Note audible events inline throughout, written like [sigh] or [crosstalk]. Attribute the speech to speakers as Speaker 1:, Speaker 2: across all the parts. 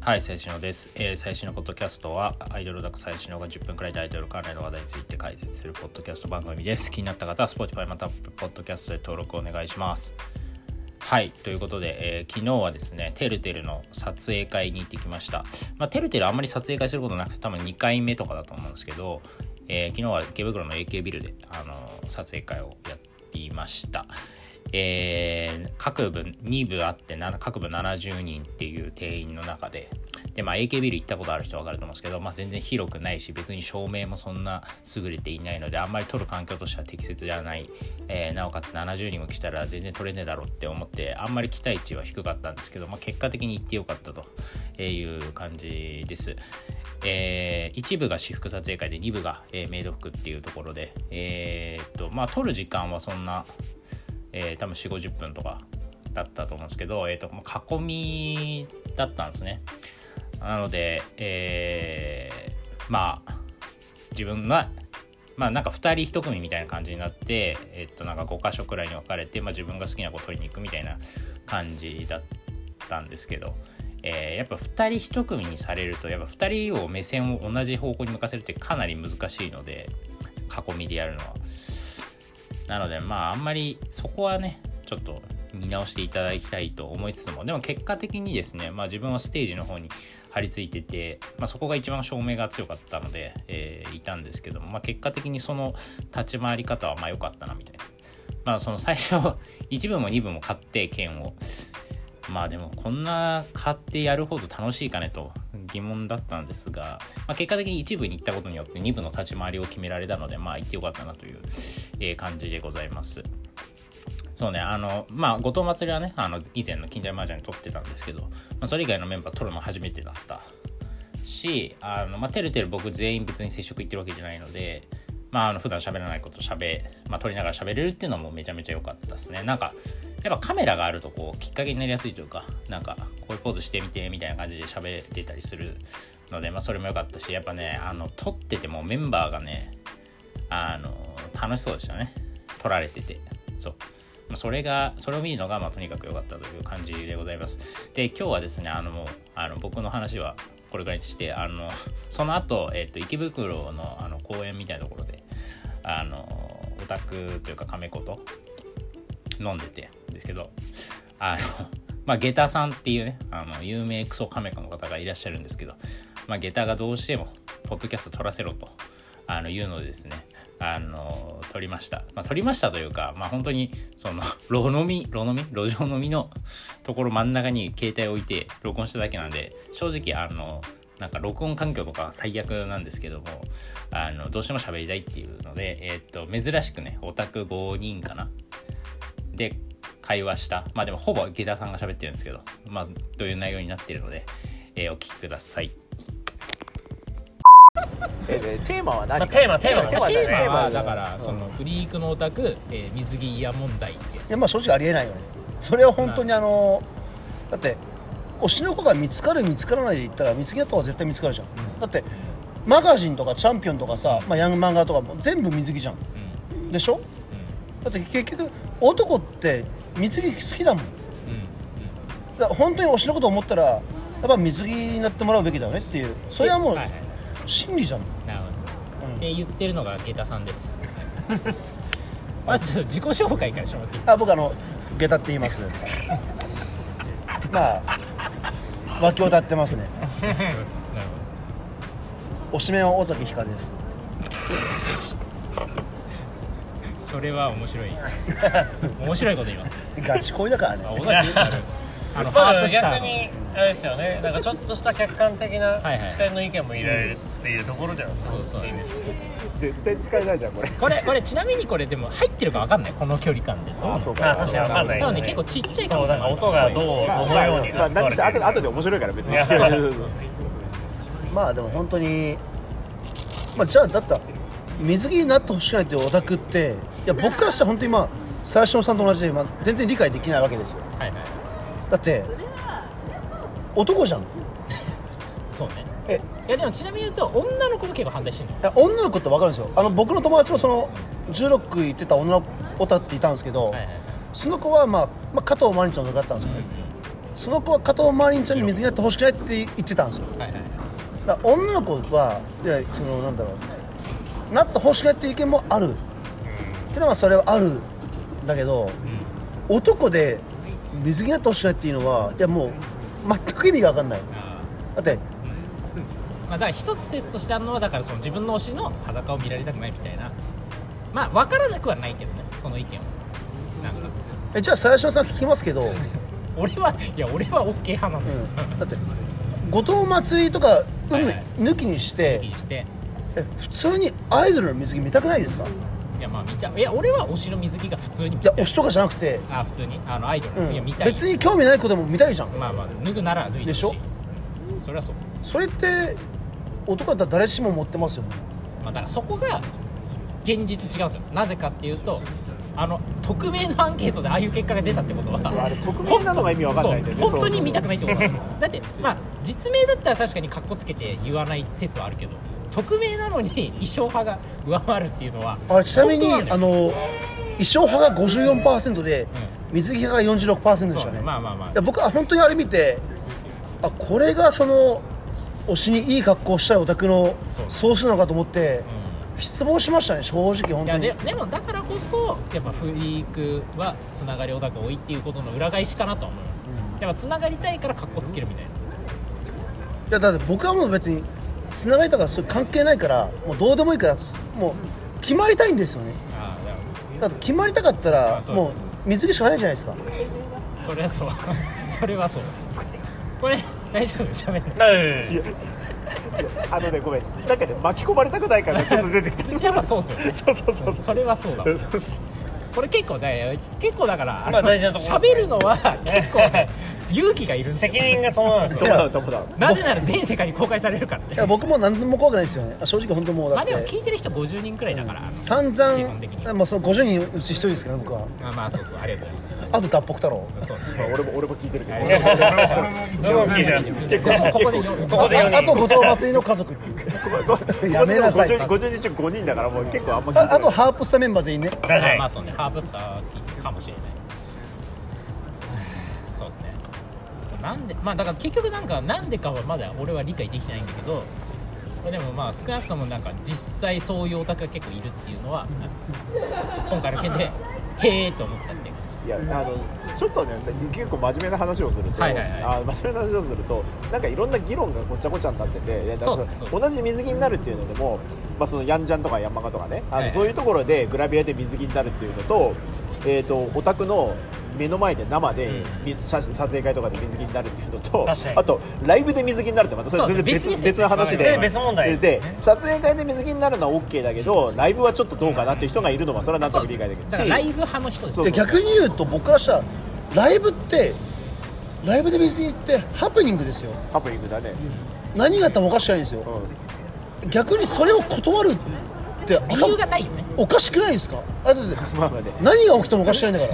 Speaker 1: はい、最新のです。えー最新のポッドキャストは、アイドルオタク最新のが10分くらいでアイドル関連の話題について解説するポッドキャスト番組です。気になった方は、Spotify または Apple Podcast で登録お願いします。はい、ということで、えー昨日はですね、てるてるの撮影会に行ってきました。まあ、てるてるあんまり撮影会することなくて、多分2回目とかだと思うんですけど、えー昨日は池袋の AK ビルで、あのー撮影会をやっていました。えー各部2部あってな各部70人っていう定員の中でで、まあ、AK ビル行ったことある人は分かると思うんですけど、まあ、全然広くないし別に照明もそんな優れていないのであんまり撮る環境としては適切ではない、えーなおかつ70人も来たら全然撮れねえだろうって思ってあんまり期待値は低かったんですけど、まあ、結果的に行ってよかったという感じです。えー、1部が私服撮影会で2部が、えーメイド服っていうところで、えーっとまあ、撮る時間はそんなえー多分4 5 0分とかだったと思うんですけど、えー、とまあ囲みだったんですねなので、えーまあ自分がまあなんか2人1組みたいな感じになってえっとなんか5箇所くらいに分かれて、まあ、自分が好きな子を取りに行くみたいな感じだったんですけど、えーやっぱ2人1組にされるとやっぱ2人を目線を同じ方向に向かせるってかなり難しいので囲みでやるのは。なのでまああんまりそこはねちょっと見直していただきたいと思いつつもでも結果的にですね、まあ、自分はステージの方に張り付いてて、まあ、そこが一番照明が強かったので、えーいたんですけども、まあ、結果的にその立ち回り方はまあ良かったなみたいな。まあその最初1部も2部も買って剣をまあでもこんな買ってやるほど楽しいかねと疑問だったんですが、まあ、結果的に一部に行ったことによって二部の立ち回りを決められたのでまあ行ってよかったなという、えー感じでございます。そうねあのまあ後藤祭りはねあの以前の近代麻雀に撮ってたんですけど、まあ、それ以外のメンバー撮るの初めてだったしあの、まあ、てるてる僕全員別に接触行ってるわけじゃないのでまあ、あの普段喋らないこと喋、まあ、撮りながら喋れるっていうのもめちゃめちゃ良かったですね。なんか、やっぱカメラがあるとこう、きっかけになりやすいというか、なんか、こういうポーズしてみてみたいな感じで喋れたりするので、まあ、それも良かったし、やっぱね、あの、撮っててもメンバーがね、あの、楽しそうでしたね。撮られてて。そう。まあそれが、それを見るのが、まあ、とにかく良かったという感じでございます。で、今日はですね、あの、もう、あの、僕の話は、これぐらいにして、あの、 [laughs] その後、えっ、と、池袋の、あの、公園みたいなところで、あの、オタクというか、亀子と飲んでて、ですけど、あの、まあ、下駄さんっていうね、あの、有名クソカメ子の方がいらっしゃるんですけど、まあ、下駄がどうしても、ポッドキャスト撮らせろと、あの、言うのでですね、あの、撮りました。まあ、撮りましたというか、まあ、本当に、その、路飲み、路飲み路上飲みのところ真ん中に携帯を置いて録音しただけなんで、正直、あの、なんか録音環境とか最悪なんですけどもあのどうしても喋りたいっていうので、えーっと珍しくねオタク5人かなで会話したまあでもほぼ池田さんが喋ってるんですけどまあという内容になっているので、えーお聞きください
Speaker 2: ええテーマは何
Speaker 3: まあテーマテーマ
Speaker 2: テーマ
Speaker 4: テーマは
Speaker 2: テー
Speaker 4: だからそのフリークのオタク、えー水着イヤ問題で
Speaker 2: い
Speaker 4: す
Speaker 2: やまあ正直ありえないよねそれは本当にあのだって推しの子が見つかる見つからないで言ったら見つけた方が絶対見つかるじゃん、だってマガジンとかチャンピオンとかさ、まあ、ヤングマンガとかも全部水着じゃん
Speaker 1: うん
Speaker 2: でしょだって結局男って水着好きだもん
Speaker 1: うんうん
Speaker 2: だから本当に推しのこと思ったらやっぱ水着になってもらうべきだよねっていうそれはも
Speaker 1: は
Speaker 2: う
Speaker 1: いはいはい
Speaker 2: 心理じゃん、
Speaker 4: なるほど
Speaker 2: うん
Speaker 4: って言ってるのが下駄さんですまずちょっと自己紹介からしてもらっていいですか
Speaker 2: あ僕あの下駄って言います [laughs] まあ脇を立ってます
Speaker 3: [laughs]
Speaker 2: ね
Speaker 4: なるほ
Speaker 2: おしめは尾崎ひかるです
Speaker 4: どそれは面白い面白いこと言います
Speaker 2: [laughs] ガチ恋だからね
Speaker 4: あ尾崎ゆかるあの
Speaker 3: ま
Speaker 4: ハ
Speaker 3: あ
Speaker 4: ープスター
Speaker 3: 逆
Speaker 4: の
Speaker 3: にあれですよねなんかちょっとした客観的な
Speaker 4: はいはい
Speaker 3: 視点の意見も入れられるっていうところではそうそう
Speaker 5: 絶対使えないじゃんこれ
Speaker 4: これこれちなみにこれでも入ってるかわかんないこの距離感でと
Speaker 5: あそう
Speaker 3: ま
Speaker 5: か
Speaker 3: あ確かにわかんない
Speaker 4: な
Speaker 3: よ
Speaker 4: ので
Speaker 3: ね
Speaker 4: 結構ちっちゃいか
Speaker 3: そ
Speaker 4: も
Speaker 3: う
Speaker 4: しれ
Speaker 3: なん
Speaker 4: な
Speaker 3: か
Speaker 4: い
Speaker 3: 音がどう
Speaker 5: まあ
Speaker 3: どのように
Speaker 5: まあ何し
Speaker 3: 使
Speaker 5: て後で
Speaker 3: われてる
Speaker 5: 後で面白いから別に
Speaker 3: いやそう
Speaker 2: [laughs] まあでも本当にまあじゃあだったら水着になってほしくないっていうオタクっていや僕からしたら本当にまあ最初のさんと同じで、まあ、全然理解できないわけですよ
Speaker 4: はいはい
Speaker 2: だって男じゃんい
Speaker 4: そうね
Speaker 2: え
Speaker 4: いやでもちなみに言うと女の子も結構反対してるのよ
Speaker 2: や女の子って分かるんですよあの僕の友達もその16区行ってた女の子オタっていたんですけど、
Speaker 4: はいはい
Speaker 2: その子は、まあ、まあ加藤真理ちゃんの子だったんですよね、その子は片方マリンちゃんに水着になってほしくないって言ってたんですよ
Speaker 4: はいはい
Speaker 2: だから女の子はいやそのなんだろうなってほしくないっていう意見もある、ってのはそれはあるんだけど、男で水着になってほしくないっていうのはいやもう全く意味が分かんない
Speaker 4: あ
Speaker 2: だって
Speaker 4: ーまあだから一つ説としてあるのはだからその自分の推しの裸を見られたくないみたいなまあ分からなくはないけどねその意見はなんか
Speaker 2: えじゃあ最初さん聞きますけど、うん、
Speaker 4: 俺はいや俺は OK 派なのよ、
Speaker 2: だって後藤祭りとかう
Speaker 4: はい
Speaker 2: ん
Speaker 4: はい
Speaker 2: 抜きにして、
Speaker 4: 気にして
Speaker 2: え普通にアイドルの水着見たくないですかい
Speaker 4: いやまあ見たいや俺は推しの水着が普通に見
Speaker 2: や
Speaker 4: たい
Speaker 2: 推しとかじゃなくて、
Speaker 4: あ普通にあのアイドル
Speaker 2: う
Speaker 4: の、いや
Speaker 2: ん
Speaker 4: 見たい
Speaker 2: 別に興味ない子でも見たいじゃん
Speaker 4: まあまあ脱ぐなら脱いで
Speaker 2: でしょ
Speaker 4: うんそれはそう
Speaker 2: それって男だったら誰しも持ってますよね
Speaker 4: まあ、だからそこが現実違うんですよなぜかっていうとあの匿名のアンケートでああいう結果が出たってことは
Speaker 5: そうあれ匿名なのが意味わかんないんだよね
Speaker 4: そう本当
Speaker 5: そう
Speaker 4: に見たくないって [laughs] ことだだってまあ実名だったら確かにカッコつけて言わない説はあるけど匿名なのに衣装派が上回るっていうのは
Speaker 2: あれちなみに
Speaker 4: 本当
Speaker 2: あ
Speaker 4: んだよ
Speaker 2: の衣装派が54%で水着派が46%でし
Speaker 4: そ
Speaker 2: た
Speaker 4: う
Speaker 2: ね
Speaker 4: ねまあまあま
Speaker 2: い
Speaker 4: あ
Speaker 2: や僕は本当にあれ見てあこれがその推しにいい格好をしたいオタクの
Speaker 4: そう
Speaker 2: 総数なのかと思って失望しましたね正直本
Speaker 4: い
Speaker 2: 当
Speaker 4: や
Speaker 2: に
Speaker 4: ででもだからこそやっぱフリークはつながりをだから多いっていうことの裏返しかなと思う、やっぱつながりたいからカッコつけるみたいない
Speaker 2: やだって僕はもう別につながりとかそういう関係ないからもうどうでもいいからもう決まりたいんですよね
Speaker 4: ああだか
Speaker 2: だって決まりたかったら
Speaker 4: あそう
Speaker 2: もう水着しかないじゃないですから
Speaker 4: それはそう [laughs] それはそうこれ大丈夫喋んない
Speaker 3: はい
Speaker 5: あのねごめんなんかね巻き込まれたくないからちょっと出てき
Speaker 4: やっぱそうっすよね。
Speaker 5: たそうそうそうそ
Speaker 4: それはそうだ。
Speaker 5: うそう
Speaker 4: これ結構ね、結構だから、
Speaker 3: まあ大事なところ
Speaker 4: 喋るのは結構ね、勇気がいるんですよ
Speaker 3: 責。任が伴うんですよ
Speaker 5: どうだどうだ
Speaker 4: なぜなら全世界に公開されるから
Speaker 2: い
Speaker 4: ね。
Speaker 2: や僕も何でも怖くないですよね正直本当もう
Speaker 4: ま
Speaker 2: だ
Speaker 4: あ
Speaker 2: っ
Speaker 4: でも
Speaker 2: て
Speaker 4: 聞いてる人50人くらいだから。
Speaker 2: 散
Speaker 4: 基本的に
Speaker 2: 々もうその50人うち1人ですから僕は
Speaker 4: まあまあそうそう、ありがとうござい
Speaker 2: あと脱北太郎
Speaker 4: ます。そう。
Speaker 5: まあ俺も俺も聞いてるけど
Speaker 3: 俺も俺も俺も聞いてる
Speaker 5: 結構
Speaker 4: ここでよ
Speaker 3: ここで
Speaker 2: あ
Speaker 3: 四人
Speaker 2: あと後藤祭りの家族やめなさい
Speaker 5: 50 50人中5人だからもう結構あんま聞いてない
Speaker 2: ああとハープスターメンバー全員ね
Speaker 3: は
Speaker 4: まあ
Speaker 3: い
Speaker 4: まあそうね、ハーブスター聞いてるかもしれない。そうですね。なんで、まあだから結局なんか、なんでかはまだ俺は理解できてないんだけど、まあでもまあ少なくともなんか実際そういうオタクが結構いるっていうのは、なんか今回の件で、へえと思ったっていう感じ。
Speaker 5: いやあのちょっとね結構真面目な話をすると、
Speaker 4: はいはいはい
Speaker 5: あ真面目な話をするとなんかいろんな議論がごちゃごちゃになってていやだから
Speaker 4: そうそうそ
Speaker 5: 同じ水着になるっていうのでも、まあ、そのヤンジャンとかヤンマガとかねあ
Speaker 4: はい
Speaker 5: の、
Speaker 4: はい
Speaker 5: そういうところでグラビアで水着になるっていうのと,、えー、とオタクの目の前で生で、み写撮影会とかで水着になるっていうのと
Speaker 3: 確かに
Speaker 5: あとライブで水着になるってまたそれ
Speaker 4: そう
Speaker 5: 全然別
Speaker 4: 別です
Speaker 5: 別の話
Speaker 3: そ
Speaker 5: で
Speaker 3: れ別問題です
Speaker 5: で撮影会で水着になるのは OK だけどライブはちょっとどうかなっていう人がいるのはそれはなんと
Speaker 4: そう
Speaker 5: か
Speaker 4: で
Speaker 5: 理
Speaker 4: すね
Speaker 5: 解できるし
Speaker 4: だからライブ派の人です
Speaker 5: そう
Speaker 4: よ
Speaker 2: で逆に言うと僕からしたらライブってライブで別に行ってハプニングですよ
Speaker 5: ハプニングだね。
Speaker 2: 何があってもおかしくないんですよ
Speaker 5: うん
Speaker 2: 逆にそれを断るって
Speaker 4: 理由がないよね。
Speaker 2: おかしくないですかあだって
Speaker 5: まあまあね
Speaker 2: 何が起きてもおかしくないんだから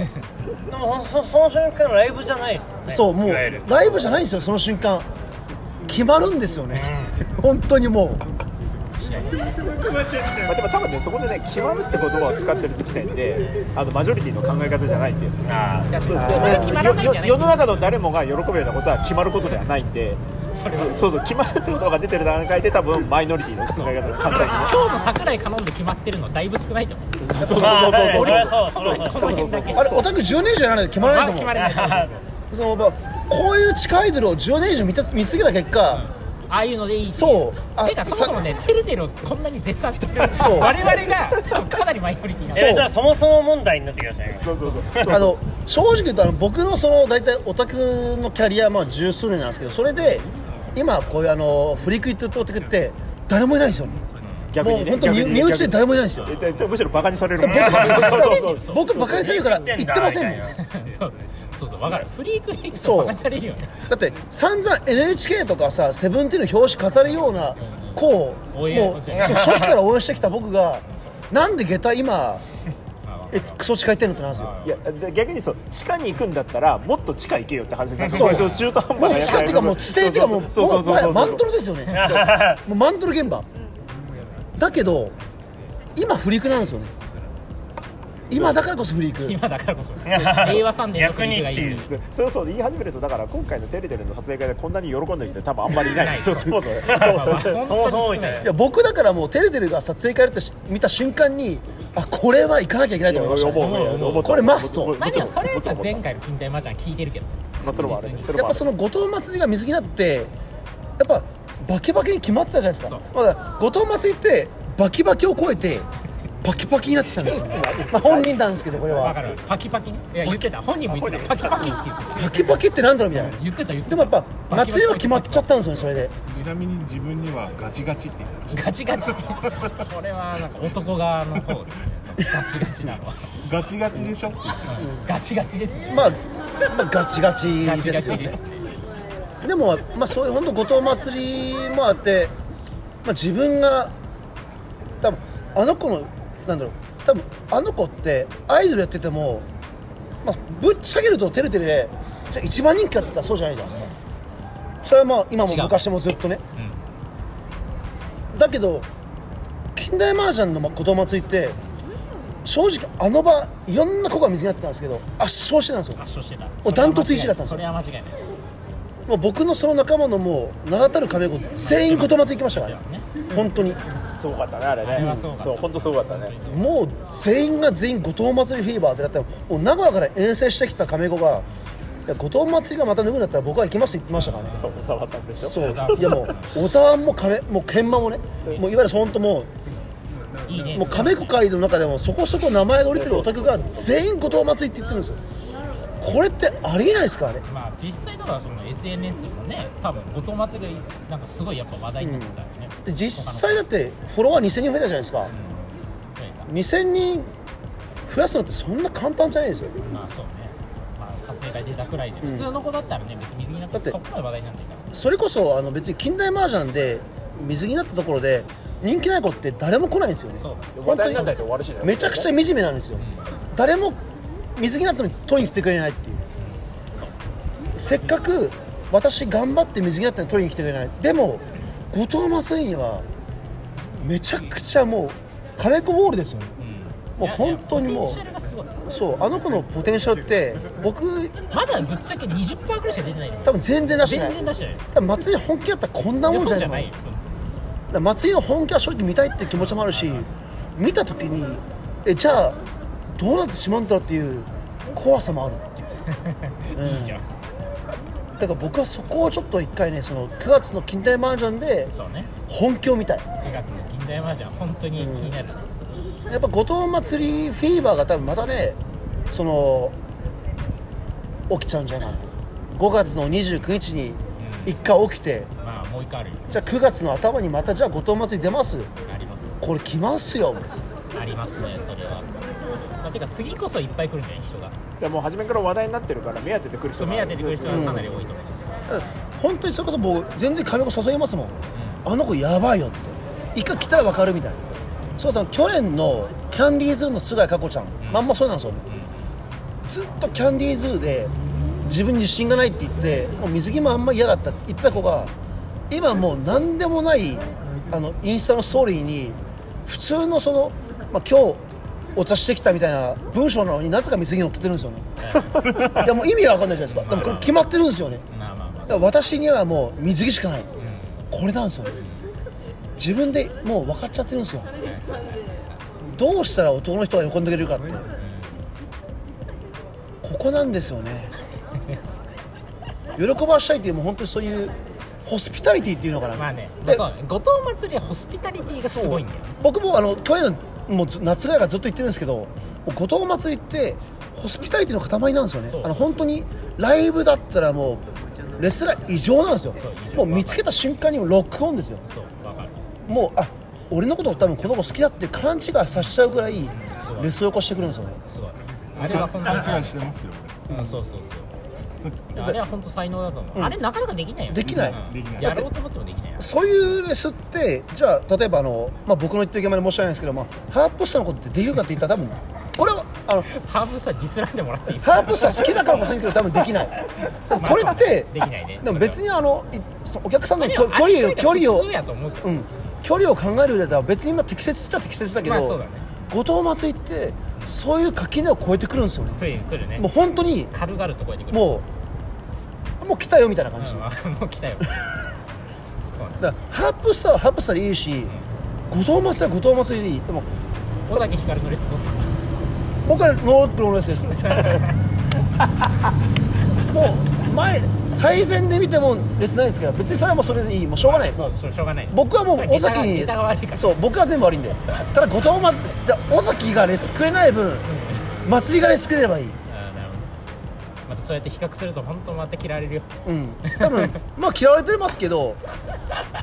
Speaker 3: でもそその瞬間ライブじゃないですもんね
Speaker 2: そうもう
Speaker 3: いわゆる
Speaker 2: ライブじゃないんですよその瞬間決まるんですよね本当にも
Speaker 5: まあ、でも多分ねそこでね極むって言葉を使ってる時点であのマジョリティの考え方じゃないんで
Speaker 3: あ
Speaker 4: だか
Speaker 5: よ
Speaker 4: らそれが決まらないんじゃ
Speaker 5: よ
Speaker 4: ない
Speaker 5: 世の中の誰もが喜ぶようなことは決まることではないんで
Speaker 4: それは
Speaker 5: そうそう決まるって言葉が出てる段階で多分マイノリティの考え方簡単にね
Speaker 4: 今日の桜井カノンで決まってるのだいぶ少ないと思う。
Speaker 5: そうそうそう
Speaker 3: まあ
Speaker 5: そう
Speaker 3: それはそう
Speaker 4: こ
Speaker 3: そ
Speaker 4: の
Speaker 3: れはそう
Speaker 4: 辺だけ。
Speaker 2: うあれオタク10年以上やらないと決まらな
Speaker 4: ま [laughs] あ
Speaker 2: いと思う
Speaker 4: 決まれない。そうそうそう
Speaker 2: そのまあこういう地下アイドルを10年以上見た見過ぎた結果、
Speaker 4: ああいうのでいいってい
Speaker 2: そうあ
Speaker 4: てかそもそもねてるてるをこんなに絶賛してる
Speaker 2: そう
Speaker 4: 我々が多分かなりマイノリティなの
Speaker 2: そう
Speaker 3: えじゃあそもそも問題になってきましたね
Speaker 5: そうそうそう
Speaker 2: あの正直言うとあの僕のその大体オタクのキャリアまあ十数年なんですけどそれで今こういうあのフリクイットオタクって誰もいないんですよね
Speaker 5: 逆
Speaker 2: も
Speaker 5: に
Speaker 2: う
Speaker 5: ね
Speaker 2: 本当に身
Speaker 5: 逆に
Speaker 2: 身内で誰もいないんですよ
Speaker 5: 逆にえっとむしろバカにされる
Speaker 2: そう僕
Speaker 5: そうそうそう
Speaker 2: 僕バカにされるから言ってませんもん
Speaker 3: 言ってんだ
Speaker 4: [laughs]
Speaker 3: み
Speaker 4: そうそうそうわかるフリークリーク
Speaker 2: そ
Speaker 4: と
Speaker 2: う
Speaker 4: バカにされるよね
Speaker 2: だって散々 NHK とかさ「セブンティーンの表紙飾るような子をも
Speaker 4: 応
Speaker 2: う
Speaker 4: 援
Speaker 2: そう初期から応援してきた僕がなんで下駄今えクソ近いってんのってなんですよ
Speaker 5: いやで逆にそう地下に行くんだったらもっと地下行けよって話になる
Speaker 2: そう
Speaker 5: これそう中途半
Speaker 2: も
Speaker 5: 端
Speaker 2: う
Speaker 5: な
Speaker 2: 地下っていうかもう地底っていうかもう
Speaker 5: そうそう
Speaker 2: も
Speaker 5: そうう
Speaker 2: もは
Speaker 5: そ
Speaker 2: や
Speaker 5: う
Speaker 2: マントル
Speaker 5: [laughs]
Speaker 2: ですよねもうマントル現場だけど今フリークなんですよね今だからこそフリーク
Speaker 4: 今だからこそ令和3年の国がいい
Speaker 3: 逆に
Speaker 4: ん
Speaker 3: っ
Speaker 4: だ
Speaker 3: て
Speaker 4: よ
Speaker 5: でそうそう言い始めるとだから今回のテレテレの撮影会でこんなに喜んでる人多分あんまりいない
Speaker 4: ない
Speaker 5: そうそうそう
Speaker 4: まあまあ
Speaker 5: そう
Speaker 4: 本当に少ない
Speaker 2: いや僕だからもうテレテレが撮影会やるってし見た瞬間にあこれは行かなきゃいけないと思いましたね、
Speaker 5: 思う
Speaker 2: これマスト
Speaker 5: もちろん
Speaker 4: まあでもそれ
Speaker 5: もち
Speaker 4: じゃ
Speaker 5: ろん
Speaker 4: 前回の近代麻雀聞いてるけどね
Speaker 5: まあそれはあるね
Speaker 4: 実
Speaker 5: それ
Speaker 2: やっ
Speaker 5: は
Speaker 2: ぱ
Speaker 5: ある
Speaker 2: その後藤祭りが水着になってやっぱバキバキに決まってたじゃないですかまだ後藤祭りってバキバキを超えてバキバキになってたん
Speaker 5: [laughs]
Speaker 2: ですよ、まあ、本人なんですけどこれ
Speaker 4: わか
Speaker 2: は
Speaker 4: るパキパキねいや言ってた本人も言ってたパキパキって言ってた
Speaker 2: バキバキってなんだろうみたいな
Speaker 4: 言ってた言って
Speaker 2: で
Speaker 4: た
Speaker 2: もやっぱ祭りは決まっちゃったんですよねそれで
Speaker 6: ちなみに自分にはガチガチって言ってました
Speaker 4: ガチガチそれはなんか男側の方ですねガチガチなのは
Speaker 6: ガチガチでしょって言ってまし
Speaker 4: ガチガチですね
Speaker 2: まあ、まあ、ガチガチ
Speaker 4: ガチ
Speaker 2: で
Speaker 4: ガ
Speaker 2: すよ
Speaker 4: チで
Speaker 2: ね
Speaker 4: すね
Speaker 2: でも、まあ、そういう本当後藤祭りもあって、まあ、自分が多分あの子のなんだろう多分あの子ってアイドルやってても、まあ、ぶっちゃけるとてるてるでじゃあ一番人気かって言ったらそうじゃないじゃないですかそれはまあ今も
Speaker 4: 違う
Speaker 2: 昔もずっとね、だけど近代麻雀の後藤祭りって正直あの場いろんな子が水になってたんですけど圧勝してたんですよ
Speaker 4: 圧勝してた
Speaker 2: うダントツ一位だったんです
Speaker 4: そ
Speaker 2: よ
Speaker 4: れは間違いない
Speaker 2: もう僕のその仲間のもう名だたる亀子全員後藤祭り行きましたからね
Speaker 4: ね
Speaker 2: 本当に
Speaker 5: すごかったねあれね
Speaker 4: あれはすごかった
Speaker 5: そう本当すごかったね
Speaker 2: もう全員が全員後藤祭りフィーバーってなったらもう名古屋から遠征してきた亀子が「いや後藤祭りがまた脱ぐんだったら僕は行きます」って言ってましたからね
Speaker 5: 小沢さんでしょ
Speaker 2: そういやもう小沢も亀もう研磨もねもういわゆる本当も
Speaker 4: いいね
Speaker 2: うもう亀子界の中でもそこそこ名前が降りてるオタクが全員後藤祭りって言ってるんですよこれってありえないですからね
Speaker 4: まあ実際だからその SNS もね多分後藤祭りがなんかすごいやっぱ話題になってたよね、
Speaker 2: で実際だってフォロワー2000人増えたじゃないですか
Speaker 4: 他の人が
Speaker 2: 2000人増やすのってそんな簡単じゃないですよ
Speaker 4: まあそうねまあ撮影会出たくらいで普通の子だったらね別に水着なんか
Speaker 2: だって
Speaker 4: そこまで話題になってた
Speaker 2: それこそあの別に近代麻雀で水着になったところで人気ない子って誰も来ないんですよね
Speaker 4: そう
Speaker 5: 話題になったりで終わるしね
Speaker 2: めちゃくちゃ惨めなんですよ、誰も水着になったのに取りに来てくれないっていう,、せっかく私頑張って水着になったのに取りに来てくれないでも後藤祭りにはめちゃくちゃもう金子ウォールですよね、もう本当に
Speaker 4: ポ
Speaker 2: も
Speaker 4: テンシャルがすごいう
Speaker 2: そうあの子のポテンシャルって僕
Speaker 4: まだぶっちゃけ20%くらいしか出てないの
Speaker 2: 多分全然出してな
Speaker 4: 全
Speaker 2: い
Speaker 4: 然出してないよ
Speaker 2: 多分祭り本気だったらこんないも
Speaker 4: やそ
Speaker 2: んじ
Speaker 4: う
Speaker 2: ゃ
Speaker 4: じ
Speaker 2: な
Speaker 4: ゃ
Speaker 2: いの
Speaker 4: ないよ
Speaker 2: だから松井の本気は正直見たいって気持ちもあるし見た時にえじゃあどうなってしまうんだろうっていう怖さもあるっていう
Speaker 4: いいじゃん
Speaker 2: だから僕はそこをちょっと一回ねその9月の近代マージャンで
Speaker 4: そうね
Speaker 2: 本気を見たい
Speaker 4: 9月の近代マージャン本当に気になるね、
Speaker 2: やっぱ後藤祭りフィーバーが多分またねその起きちゃうんじゃないかなと5月の29日に一回起きて
Speaker 4: まあもう一回あるよ
Speaker 2: じゃあ9月の頭にまたじゃあ後藤祭り出ます
Speaker 4: あります
Speaker 2: これ来ますよ
Speaker 4: ありますねそれは、まあ、てか次こそいっぱい来るんじゃない人が
Speaker 5: いやもう初めから話題になってるから目当てで来る
Speaker 4: そ
Speaker 5: 人
Speaker 4: う目当てで来る人はかなり多いと思うんですよ
Speaker 2: 本当にそれこそもう全然髪を誘いますもん、あの子やばいよって一回来たら分かるみたいなそうさん去年のキャンディーズーの菅谷佳子ちゃん、まんまそうなんですよね、ずっとキャンディーズーで自分に自信がないって言ってもう水着もあんま嫌だったって言ってた子が今もう何でもないあのインスタのストーリーに普通のその、まあ、今日お茶してきたみたいな文章なのになぜか水着を着てるんですよね [laughs] いやもう意味が分かんないじゃないですかでもこれ決まってるんですよね
Speaker 4: まあまあまあ
Speaker 2: だから私にはもう水着しかない、これなんですよ自分でもう分かっちゃってるんですよどうしたら男の人が喜んでくれるかってここなんですよ
Speaker 4: [laughs]
Speaker 2: ね喜ばしたいっていうもう本当にそういうホスピタリティっていうのかな、
Speaker 4: まあね、
Speaker 2: で
Speaker 4: そうね後藤祭りはホスピタリティがすごいんだよね
Speaker 2: 僕もあの去年のもうず夏ぐらいからずっと言ってるんですけどもう後藤祭りってホスピタリティの塊なんですよね
Speaker 4: そう
Speaker 2: あの本当にライブだったらもうレスが異常なんですよ
Speaker 4: そう異常
Speaker 2: もう見つけた瞬間にもうロックオンですよ
Speaker 4: そうわかる
Speaker 2: もうあ俺のことを多分この子好きだって勘違いさせちゃうぐらいレスを起こしてくるんですよね
Speaker 4: すごいあれは
Speaker 6: た
Speaker 4: 本当に
Speaker 6: 勘違いしてますよ
Speaker 4: うんそうそうそう
Speaker 2: [laughs]
Speaker 4: あれは本当才能だと思う、あれなかなかできないよね
Speaker 2: できない
Speaker 4: うん
Speaker 6: できない
Speaker 4: やろうと思ってもできないよ
Speaker 2: そういうレスってじゃあ例えばあの、まあ、僕の言ってる現場で申し訳ないんですけど、まあ、ハープスターのことってできるかって言ったら多分これはあの
Speaker 4: ハーブスターディスらんでもらっていいですか
Speaker 2: ハープスター好きだからこそいいけど多分できないでもこれって
Speaker 4: できないね
Speaker 2: でも別にあのいそのお客さんの
Speaker 4: で
Speaker 2: 距
Speaker 4: も
Speaker 2: 距離を距離
Speaker 4: あれが普
Speaker 2: を
Speaker 4: 通、やと思うけど
Speaker 2: うん、距離を考える上では別に今適切っちゃ適切だけど、
Speaker 4: まあそうだね
Speaker 2: 後藤祭りってそういう垣根を越えてくるんですよね
Speaker 4: 来る来るね
Speaker 2: もう本当に
Speaker 4: 軽々と超えてくる
Speaker 2: もうもう来たよみたいな
Speaker 4: う
Speaker 2: 感
Speaker 4: ん
Speaker 2: じ、
Speaker 4: あもう来た
Speaker 2: [laughs]
Speaker 4: よそうね
Speaker 2: だからハープスターはハープスターでいいし、後藤祭りは後藤祭りでいいでも
Speaker 4: 尾崎ひかるのレスどうっすか
Speaker 2: 僕はノープロレスですもう前最善で見てもレスないですから別にそれはもうそれでいいもうしょうがない
Speaker 4: そうそうしょうがない
Speaker 2: 僕はもう
Speaker 4: それ
Speaker 2: 尾崎
Speaker 4: ネタが悪いか
Speaker 2: に
Speaker 4: ら
Speaker 2: そう僕は全部悪いんだよただ後藤まじゃあ尾崎がレスくれない分祭りがレスくれればいい
Speaker 4: あーなるほどまたそうやって比較すると本当また嫌われるよ
Speaker 2: うん
Speaker 4: [laughs]
Speaker 2: 多分まあ嫌われてますけど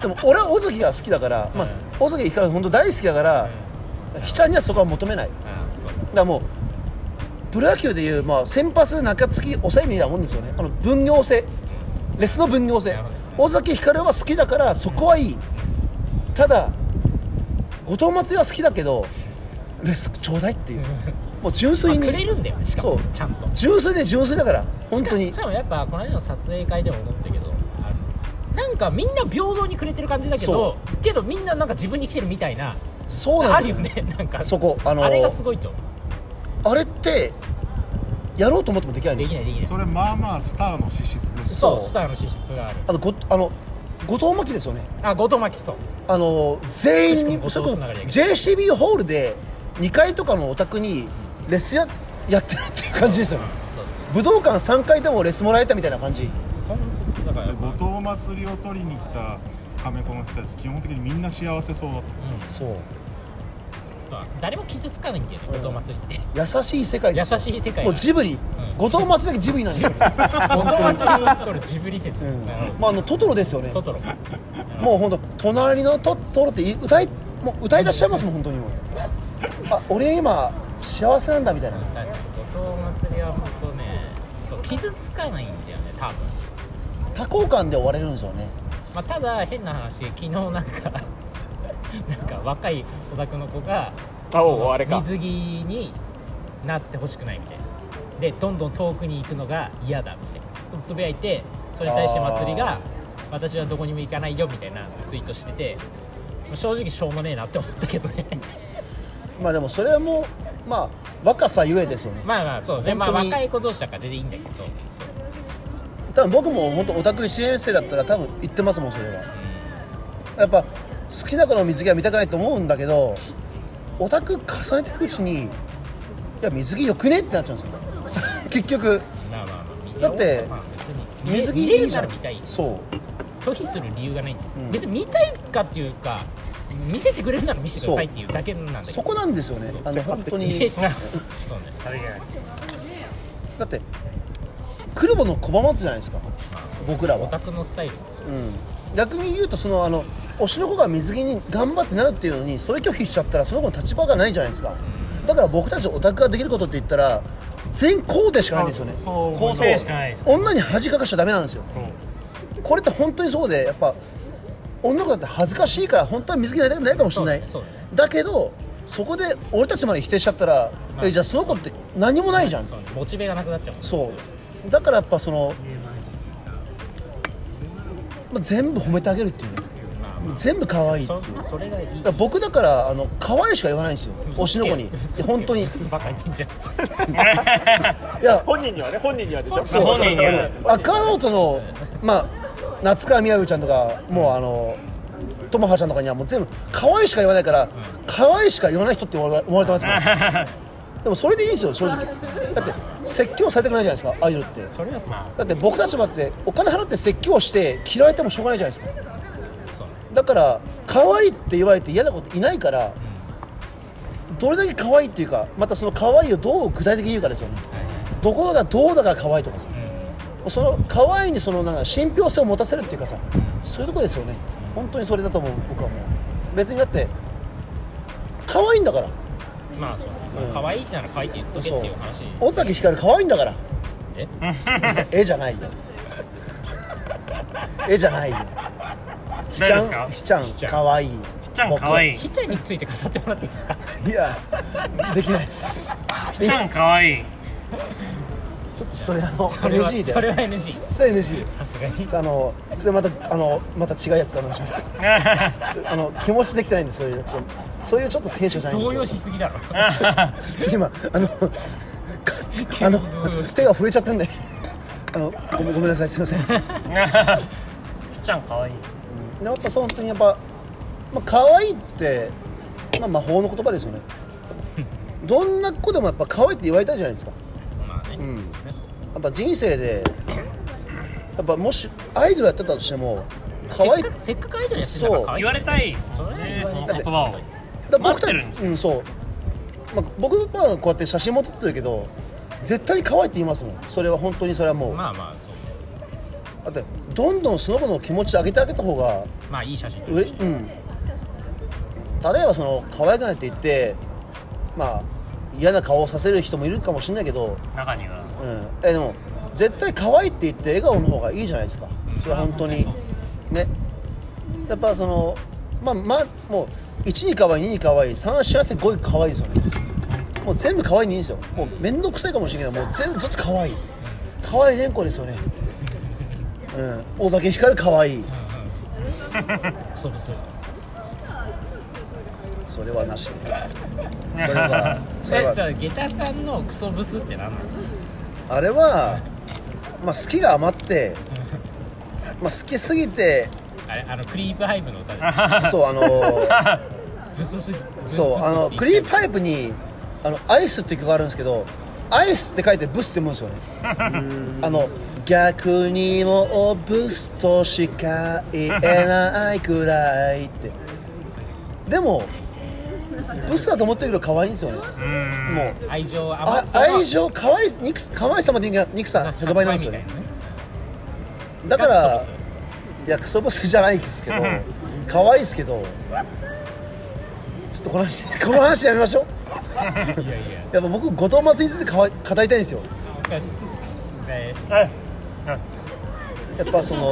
Speaker 2: でも俺は尾崎が好きだから、まあ、尾崎から本当大好きだから、ひちゃんにはそこは求めないだか
Speaker 4: あーそうね
Speaker 2: らもうプロ野球でいう、まあ、先発中継ぎ抑えみたいなもんですよねあの分業制レスの分業制
Speaker 4: なるほ
Speaker 2: 尾崎光は好きだからそこはいいただ後藤祭りは好きだけどレスちょうだいって
Speaker 4: [laughs]
Speaker 2: いうもう純
Speaker 4: ま
Speaker 2: 粋
Speaker 4: あくれ
Speaker 2: に
Speaker 4: るんだよねしかも
Speaker 2: そう
Speaker 4: ちゃんと
Speaker 2: 純粋で純粋だから本当に
Speaker 4: しかもやっぱこの間の撮影会でも思ったけどあのなんかみんな平等にくれてる感じだけど
Speaker 2: そ
Speaker 4: けどみんななんか自分に来てるみたいな
Speaker 2: そうなん
Speaker 4: あ
Speaker 2: です
Speaker 4: るよ
Speaker 2: よ
Speaker 4: ね [laughs] なんか
Speaker 2: そこあのー
Speaker 4: あれがすごいと
Speaker 2: あれってやろうと思ってもできないんで
Speaker 4: ですき
Speaker 2: よ
Speaker 4: ないできない
Speaker 6: それまあまあスターの資質です
Speaker 2: そう
Speaker 4: スターの資質がある
Speaker 2: あのごあの後藤真希ですよね
Speaker 4: あ後藤真希そう
Speaker 2: あの全員
Speaker 4: しかも
Speaker 2: にそれこ
Speaker 4: 後藤つ
Speaker 2: そ
Speaker 4: ながりだ
Speaker 2: JCB ホールで2階とかのお宅にレスややってるっていう感じですよね武道館3階でもレスもらえたみたいな感じ
Speaker 4: そんだから
Speaker 6: で後藤祭りを取りに来たカメコの人たち基本的にみんな幸せそうだった
Speaker 2: そう
Speaker 4: 誰も傷つかないんだよね後藤祭りって
Speaker 2: 優しい世界
Speaker 4: 優
Speaker 2: です
Speaker 4: しい世界
Speaker 2: も
Speaker 4: が
Speaker 2: うジブリ、後藤松だけジブリなんですよ、
Speaker 4: 後藤祭りイコールジブリ説
Speaker 2: うん
Speaker 4: なるほど
Speaker 2: まあ、あのトトロですよね
Speaker 4: トトロ
Speaker 2: もう本当隣のトトロってい歌いもう歌い出しちゃいますもん本当にもうあ俺今幸せなんだみたいな
Speaker 4: だって後藤祭りは本当ねそう傷つかないんだよね多分
Speaker 2: 多幸感で終われるんですよね
Speaker 4: まあ、ただ変な話昨日なんか [laughs] なんか若いお宅の子が
Speaker 5: あおう
Speaker 4: その
Speaker 5: あれか
Speaker 4: 水着になってほしくないみたいなでどんどん遠くに行くのが嫌だみたいなことつぶやいてそれに対して祭りが「私はどこにも行かないよ」みたいなツイートしててまあ正直しょうもねえなって思ったけどね [laughs]
Speaker 2: まあでもそれはもうまあ若さゆえですよね
Speaker 4: まあまあそうねまあ
Speaker 2: 本当に
Speaker 4: 若い子同士だから全然いいんだけどそう
Speaker 2: 多分僕も本当オタク1年生だったら多分言ってますもんそれはやっぱ好きな子の水着は見たくないと思うんだけどオタク重ねていくうちにいや水着よくねってなっちゃうんですよ
Speaker 4: [laughs]
Speaker 2: さ結局
Speaker 4: まあまあまあ
Speaker 2: だって
Speaker 4: まあ別に見れ
Speaker 2: 水着
Speaker 4: 見れ
Speaker 2: いい
Speaker 4: る
Speaker 2: じ
Speaker 4: な
Speaker 2: ゃ
Speaker 4: ら
Speaker 2: ん
Speaker 4: 見たい
Speaker 2: そう
Speaker 4: 拒否する理由がないんだよ、
Speaker 2: うん
Speaker 4: 別に見たいかっていうか見せてくれるなら見せてくださいっていうだけなんだけど
Speaker 2: そ
Speaker 4: [laughs]
Speaker 2: こなんですよねあの本当に
Speaker 4: そうね
Speaker 3: あれじゃない
Speaker 2: だってクルボの拒まずじゃないですか僕ら
Speaker 4: オ
Speaker 2: は
Speaker 4: タクのスタイルってそう
Speaker 2: うん、逆に言うとそのあの推しの子が水着に頑張ってなるっていうのにそれ拒否しちゃったらその子の立場がないじゃないですかだから僕たちオタクができることって言ったら全肯定しかないんですよね
Speaker 6: そう思う
Speaker 3: 肯定しかないです
Speaker 2: 女に恥かかしちゃダメなんですよこれって本当にそうでやっぱ女の子だって恥ずかしいから本当は水着になりたくないかもしれない
Speaker 4: そうだねそうだ
Speaker 2: だけどそこで俺たちまで否定しちゃったらえじゃあその子って何もないじゃん
Speaker 4: そうねモチベがなくなっちゃうもんね
Speaker 2: そうだからやっぱその、まあ、全部褒めてあげるっていうね
Speaker 4: まあまあ
Speaker 2: 全部可愛いだ
Speaker 4: そ
Speaker 2: か
Speaker 4: まあそれがいい
Speaker 2: ら僕だからあの可愛いしか言わないんですよ推しの子にい
Speaker 4: 嘘つけ
Speaker 2: や本当にい
Speaker 4: 嘘ばっか言ってんじゃん
Speaker 2: や
Speaker 5: 本人にはね本人にはでしょ
Speaker 2: そう
Speaker 3: 本人には
Speaker 2: そうそう赤ノートのまあ夏川みやぶちゃんとかもうあの友葉ちゃんとかにはもう全部可愛いしか言わないから可愛いしか言わない人って思わ思われてますから
Speaker 4: [laughs]
Speaker 2: でもそれでいいんですよ正直だって説教されたくないじゃないですかアイドルって
Speaker 4: それはそう
Speaker 2: だって僕たちもだってお金払って説教して嫌われてもしょうがないじゃないですか
Speaker 4: そうね
Speaker 2: だから可愛いって言われて嫌なこといないからどれだけ可愛いっていうかまたその可愛いをどう具体的に言うかですよねどこがどうだから可愛いとかさその可愛いにそのなんか信憑性を持たせるっていうかさそういうとこですよね本当にそれだと思う僕はもう別にだって可愛いんだから
Speaker 4: まあそうねまあ可愛いなら可愛いって言っとけっていう話
Speaker 2: 尾崎ひかる可愛いんだから
Speaker 4: え
Speaker 2: [laughs] 絵じゃないよ絵じゃないよひちゃ
Speaker 3: 誰
Speaker 2: ん
Speaker 3: で
Speaker 2: ひ
Speaker 3: す
Speaker 2: ちゃん
Speaker 4: ひちゃん
Speaker 2: かわいい
Speaker 3: ひちゃんかわいい
Speaker 4: ひっちゃんについて語ってもらっていいです [laughs] か
Speaker 2: 僕いやできないです
Speaker 3: ひちゃんかわいい
Speaker 2: ちょっとそれあ
Speaker 4: [laughs]
Speaker 2: の
Speaker 4: それは
Speaker 2: NG で
Speaker 4: それは NG
Speaker 2: それ NG
Speaker 4: さすがに
Speaker 2: あの
Speaker 3: [laughs]
Speaker 2: それまたあのまた違うやつでお願いしますちょあの気持ちできてないんですよちょそういうちょっとテンションじゃない
Speaker 4: [laughs] 動揺しすぎだろ
Speaker 2: 今
Speaker 4: [laughs]
Speaker 2: あのかあの手が震えちゃってんであのごめんごめんなさいすいませんで
Speaker 3: きっちゃん可愛い。
Speaker 2: やっぱそう本当にやっぱ、まあ可愛いって、まあ、魔法の言葉ですよねどんな子でもやっぱ可愛いって言われたいじゃないですか
Speaker 4: まあね、
Speaker 2: ん
Speaker 4: そう
Speaker 2: やっぱ人生でやっぱもしアイドルやってたとしても可
Speaker 4: せっ
Speaker 2: 愛い
Speaker 4: かくせっかくアイドルやってた
Speaker 2: そ
Speaker 4: か
Speaker 2: う
Speaker 4: ら可愛い
Speaker 3: 言われたい。そ
Speaker 4: それは言われたい
Speaker 3: の言葉を。
Speaker 2: だから僕た
Speaker 3: 待ってるんです
Speaker 2: うんそう、まあ、僕はこうやって写真も撮ってるけど絶対に可愛いって言いますもんそれは本当にそれはもう、
Speaker 4: まあまあそう
Speaker 2: だってどんどんその子の気持ち上げてあげた方が
Speaker 4: まあいい写真
Speaker 2: うれうん例えばその可愛くないって言ってまあ嫌な顔をさせる人もいるかもしれないけど、
Speaker 3: 中には。
Speaker 2: うん、えでも絶対可愛いって言って笑顔の方がいいじゃないですかそれは本当にねやっぱそのまあまあもう1に可愛い2に可愛い3幸せ5可愛いですよねもう全部可愛いにいいんですよもう面倒くさいかもしれないけどもう全部ずっと可愛い可愛い連呼ですよねうん大酒光る可愛い
Speaker 4: そうそう
Speaker 2: それはなしそ
Speaker 4: [laughs]
Speaker 2: れはそれ
Speaker 4: え
Speaker 2: は
Speaker 4: じゃあ下駄さんのクソブスって何なんですか
Speaker 2: あれは、まあ、好きが余って、まあ、好きす
Speaker 4: [laughs]
Speaker 2: ぎて
Speaker 4: あれあのクリープハイブの歌です
Speaker 2: そう
Speaker 4: [laughs]
Speaker 2: あの
Speaker 4: ブスすぎ
Speaker 2: そうあのクリープ
Speaker 4: イ
Speaker 2: ハイプにあのアイスっていう曲があるんですけどアイスって書いてブスって読むんですよねあの逆にもブスとしか言えないくらいってでもブスだと思ってるけど可愛いんですよねもう
Speaker 4: ブ愛情
Speaker 2: あ
Speaker 4: あ
Speaker 2: 愛情可愛い憎さ可愛さまで憎さ100倍なんですよねだ
Speaker 4: だ
Speaker 2: か
Speaker 4: からら
Speaker 2: いやクソボスじゃないですけど可愛いですけどちょっとこの話 [laughs] この話やめましょう
Speaker 4: いやいや
Speaker 2: やっぱ僕後藤松井についてかわ語りたいんですよ
Speaker 4: お疲れ様です
Speaker 3: はい。
Speaker 2: やっぱその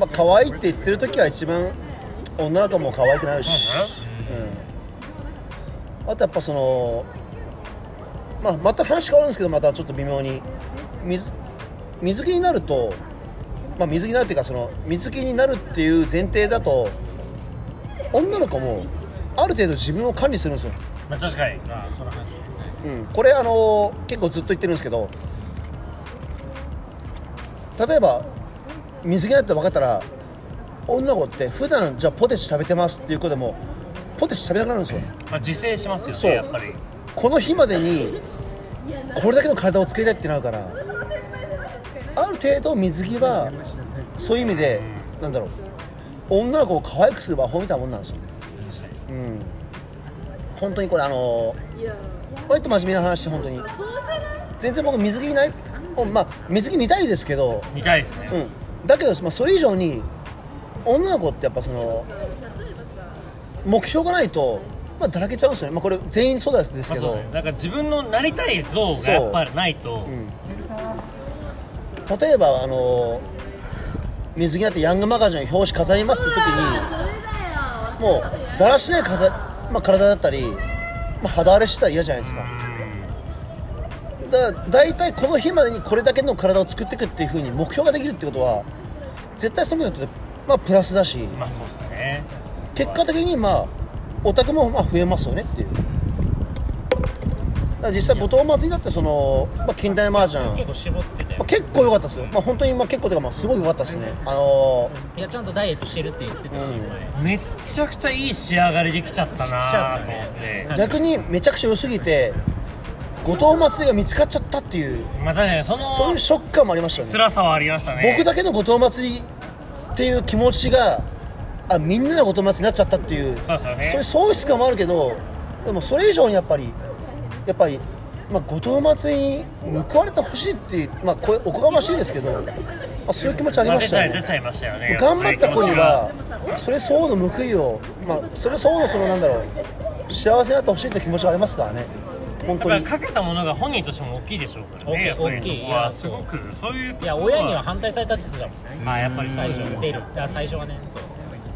Speaker 2: まあ可愛いって言ってる時は一番女の子も可愛くなるし、うん、あとやっぱそのまあまた話変わるんですけどまたちょっと微妙に水水着になるとまあ水着になるっていうかその水着になるっていう前提だと女の子もある程度自分を管理するんですよ
Speaker 3: まあ確かに。
Speaker 4: まあその話
Speaker 2: うん、これあの結構ずっと言ってるんですけど例えば水着だって分かったら女の子って普段じゃあポテチ食べてますっていう子でもポテチ食べなくなるんですよ
Speaker 3: まあ自制します
Speaker 2: そう
Speaker 3: よね。やっぱり。
Speaker 2: この日までにこれだけの体を作りたいってなるからある程度水着はそういう意味でなんだろう女の子を可愛くする魔法みたいなもんなんですようん本当にこれあの割と真面目な話本当に全然僕水着ないおまあ水着見たいですけど
Speaker 3: 見たいですね。
Speaker 2: うん、だけど、まあ、それ以上に女の子ってやっぱその目標がないと、まあ、だらけちゃうんですよね、まあ、これ全員そうです
Speaker 3: ま
Speaker 2: け
Speaker 3: あそう
Speaker 2: ど、
Speaker 3: だね。だから自分のなりたい像
Speaker 2: そ
Speaker 3: が
Speaker 2: う
Speaker 3: やっぱりないと。
Speaker 2: 例えばあの水着になってヤングマガジンの表紙飾りますって時にもうだらしない飾、まあ、体だったり、まあ、肌荒れしてたら嫌じゃないですかだから大体この日までにこれだけの体を作っていくっていうふうに目標ができるってことは絶対その人にとって、まあ、プラスだし、
Speaker 3: まあそうですね。
Speaker 2: 結果的にまあオタクもまあ増えますよねっていうだから実際後藤祭りだってその、まあ、近代麻雀、ま
Speaker 4: 結構絞ってた
Speaker 2: あ、
Speaker 4: よ
Speaker 2: 結構良かったですよ、まあ、本当にまあ結構というかまあすごい良かったですねあの
Speaker 4: いやちゃんとダイエットしてるって言ってたし前
Speaker 3: めっちゃくちゃいい仕上がりできちゃった
Speaker 4: しちゃ
Speaker 3: な
Speaker 4: った
Speaker 3: と思って
Speaker 4: ね。
Speaker 2: ー逆にめちゃくちゃ良すぎて後藤祭りが見つかっちゃったっていう
Speaker 3: まあ確かにそ
Speaker 2: そうい
Speaker 3: の
Speaker 2: うショック感もありましたよね
Speaker 3: 辛さはありましたね。
Speaker 2: 僕だけの後藤祭りっていう気持ちがあみんなの後藤祭りになっちゃったっていう
Speaker 3: そうですよね。
Speaker 2: そういう喪失感もあるけどでもそれ以上にやっぱりやっぱり、まあ、後藤祭りに報われてほしいっていう、まあ、これおこがましいですけど、まあ、そういう気持ちありま
Speaker 3: まあ出
Speaker 2: し
Speaker 3: ち
Speaker 2: た
Speaker 3: ゃ
Speaker 2: よ
Speaker 3: い出
Speaker 2: ね
Speaker 3: ちゃいましたよね。
Speaker 2: 頑張った子にはそれ相応の報いを、まあ、それ相応のそのなんだろう幸せになってほしいって気持ちがありますからね本
Speaker 3: や
Speaker 2: 当
Speaker 3: っ
Speaker 2: に
Speaker 3: ぱかけたものが本人としても大きいでしょうからね。
Speaker 4: 大きい
Speaker 3: やっぱり
Speaker 4: 大
Speaker 3: そこ
Speaker 4: きいい
Speaker 3: は
Speaker 4: や
Speaker 3: すごくそういうとこ
Speaker 4: い
Speaker 3: ろ
Speaker 4: や親には。反対されたって言ってたもんね
Speaker 3: まあやっぱり
Speaker 4: 最
Speaker 3: 最初
Speaker 4: 初出るあ最初はねそう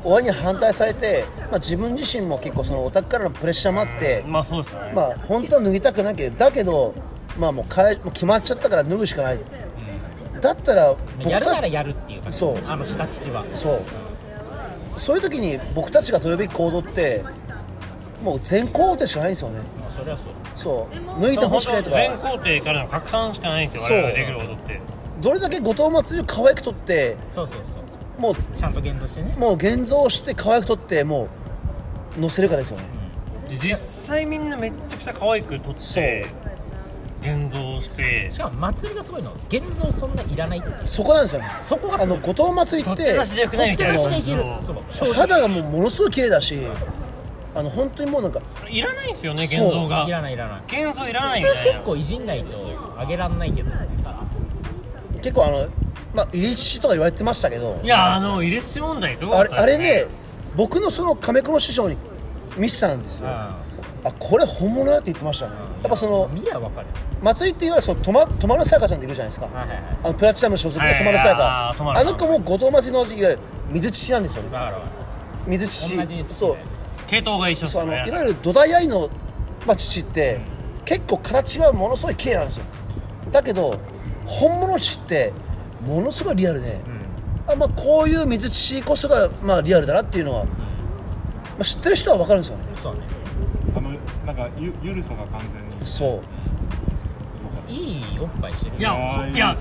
Speaker 2: 親に反対されて、まあ、自分自身も結構そのオタクからのプレッシャーもあって、
Speaker 3: まあそうですよね。
Speaker 2: まあ本当は脱ぎたくなきゃだけどまあもう変えもう決まっちゃったから脱ぐしかないだったら僕
Speaker 4: やるな
Speaker 2: た
Speaker 4: ら
Speaker 2: ち
Speaker 4: やるっていう感じ
Speaker 2: そう
Speaker 4: あの下父は
Speaker 2: そうそういう時に僕たちが取るべき行動ってもう全工程しかないんですよね
Speaker 4: まあそれはそう
Speaker 2: そう抜いてほしくないとか
Speaker 3: 全工程からの拡散しかないんですよ我々ができることって
Speaker 2: どれだけ後藤祭りを可愛く撮って
Speaker 4: そうそうそう
Speaker 2: もう
Speaker 4: ちゃんと現像してね
Speaker 2: もう現像して可愛く撮ってもう載せるかですよね
Speaker 3: 実際みんなめっちゃくちゃ可愛く撮って現像して
Speaker 4: しかも祭りがすごいのは現像そんないらないっていう
Speaker 2: そこなんですよね
Speaker 4: そこが
Speaker 2: あ
Speaker 4: すご
Speaker 2: の
Speaker 4: い
Speaker 2: 後藤祭り
Speaker 3: 撮
Speaker 2: っ
Speaker 3: って
Speaker 2: て
Speaker 3: 出しでよくないみたいな
Speaker 4: 取っ手出しでいける
Speaker 3: そ
Speaker 4: そうう
Speaker 2: そう肌がもうものすごい綺麗だしあの本当にもうなんか
Speaker 3: いらないんですよね現
Speaker 2: そう
Speaker 3: 像が
Speaker 4: いらないいらない
Speaker 3: 現像いらない
Speaker 4: 普
Speaker 3: んだよ
Speaker 4: 通結構いじんないとあげらんないけど
Speaker 2: 結構あのまあ入り父とか言われてましたけど
Speaker 3: いやあの入れし問題すごか
Speaker 2: あ
Speaker 3: っ
Speaker 2: れ
Speaker 3: た
Speaker 2: あ
Speaker 3: で
Speaker 2: れ
Speaker 3: す
Speaker 2: ね僕のその亀子の師匠に見せたんですよあこれ本物だって言ってましたねやっぱその
Speaker 4: 見りゃ分かる
Speaker 2: 祭りっていわゆるそのとまとまるさやかちゃんっているじゃないですか
Speaker 4: はいはいはい
Speaker 2: あのプラチナム所属のとまるさやか
Speaker 3: あートマル
Speaker 2: あの子も後藤祭りのいわゆる水乳なんですよ
Speaker 4: 分
Speaker 2: ね
Speaker 4: かる分か
Speaker 2: 水
Speaker 4: る同じ
Speaker 2: 乳
Speaker 4: 父
Speaker 2: そう
Speaker 3: 系統が一緒っす
Speaker 2: そうあの
Speaker 3: ね
Speaker 2: いわゆる土台ありの、まあ、父って結構形がものすごい綺麗なんですよだけど本物の父ってものすごいリアルで、あまあ、こういう水父こそが、まあ、リアルだなっていうのは、まあ、知ってる人は分かるんですよね
Speaker 4: そうね
Speaker 6: あのなんかゆゆるさが完全に
Speaker 2: そう
Speaker 4: いいおっぱいしてる
Speaker 3: い
Speaker 4: ね
Speaker 3: やいや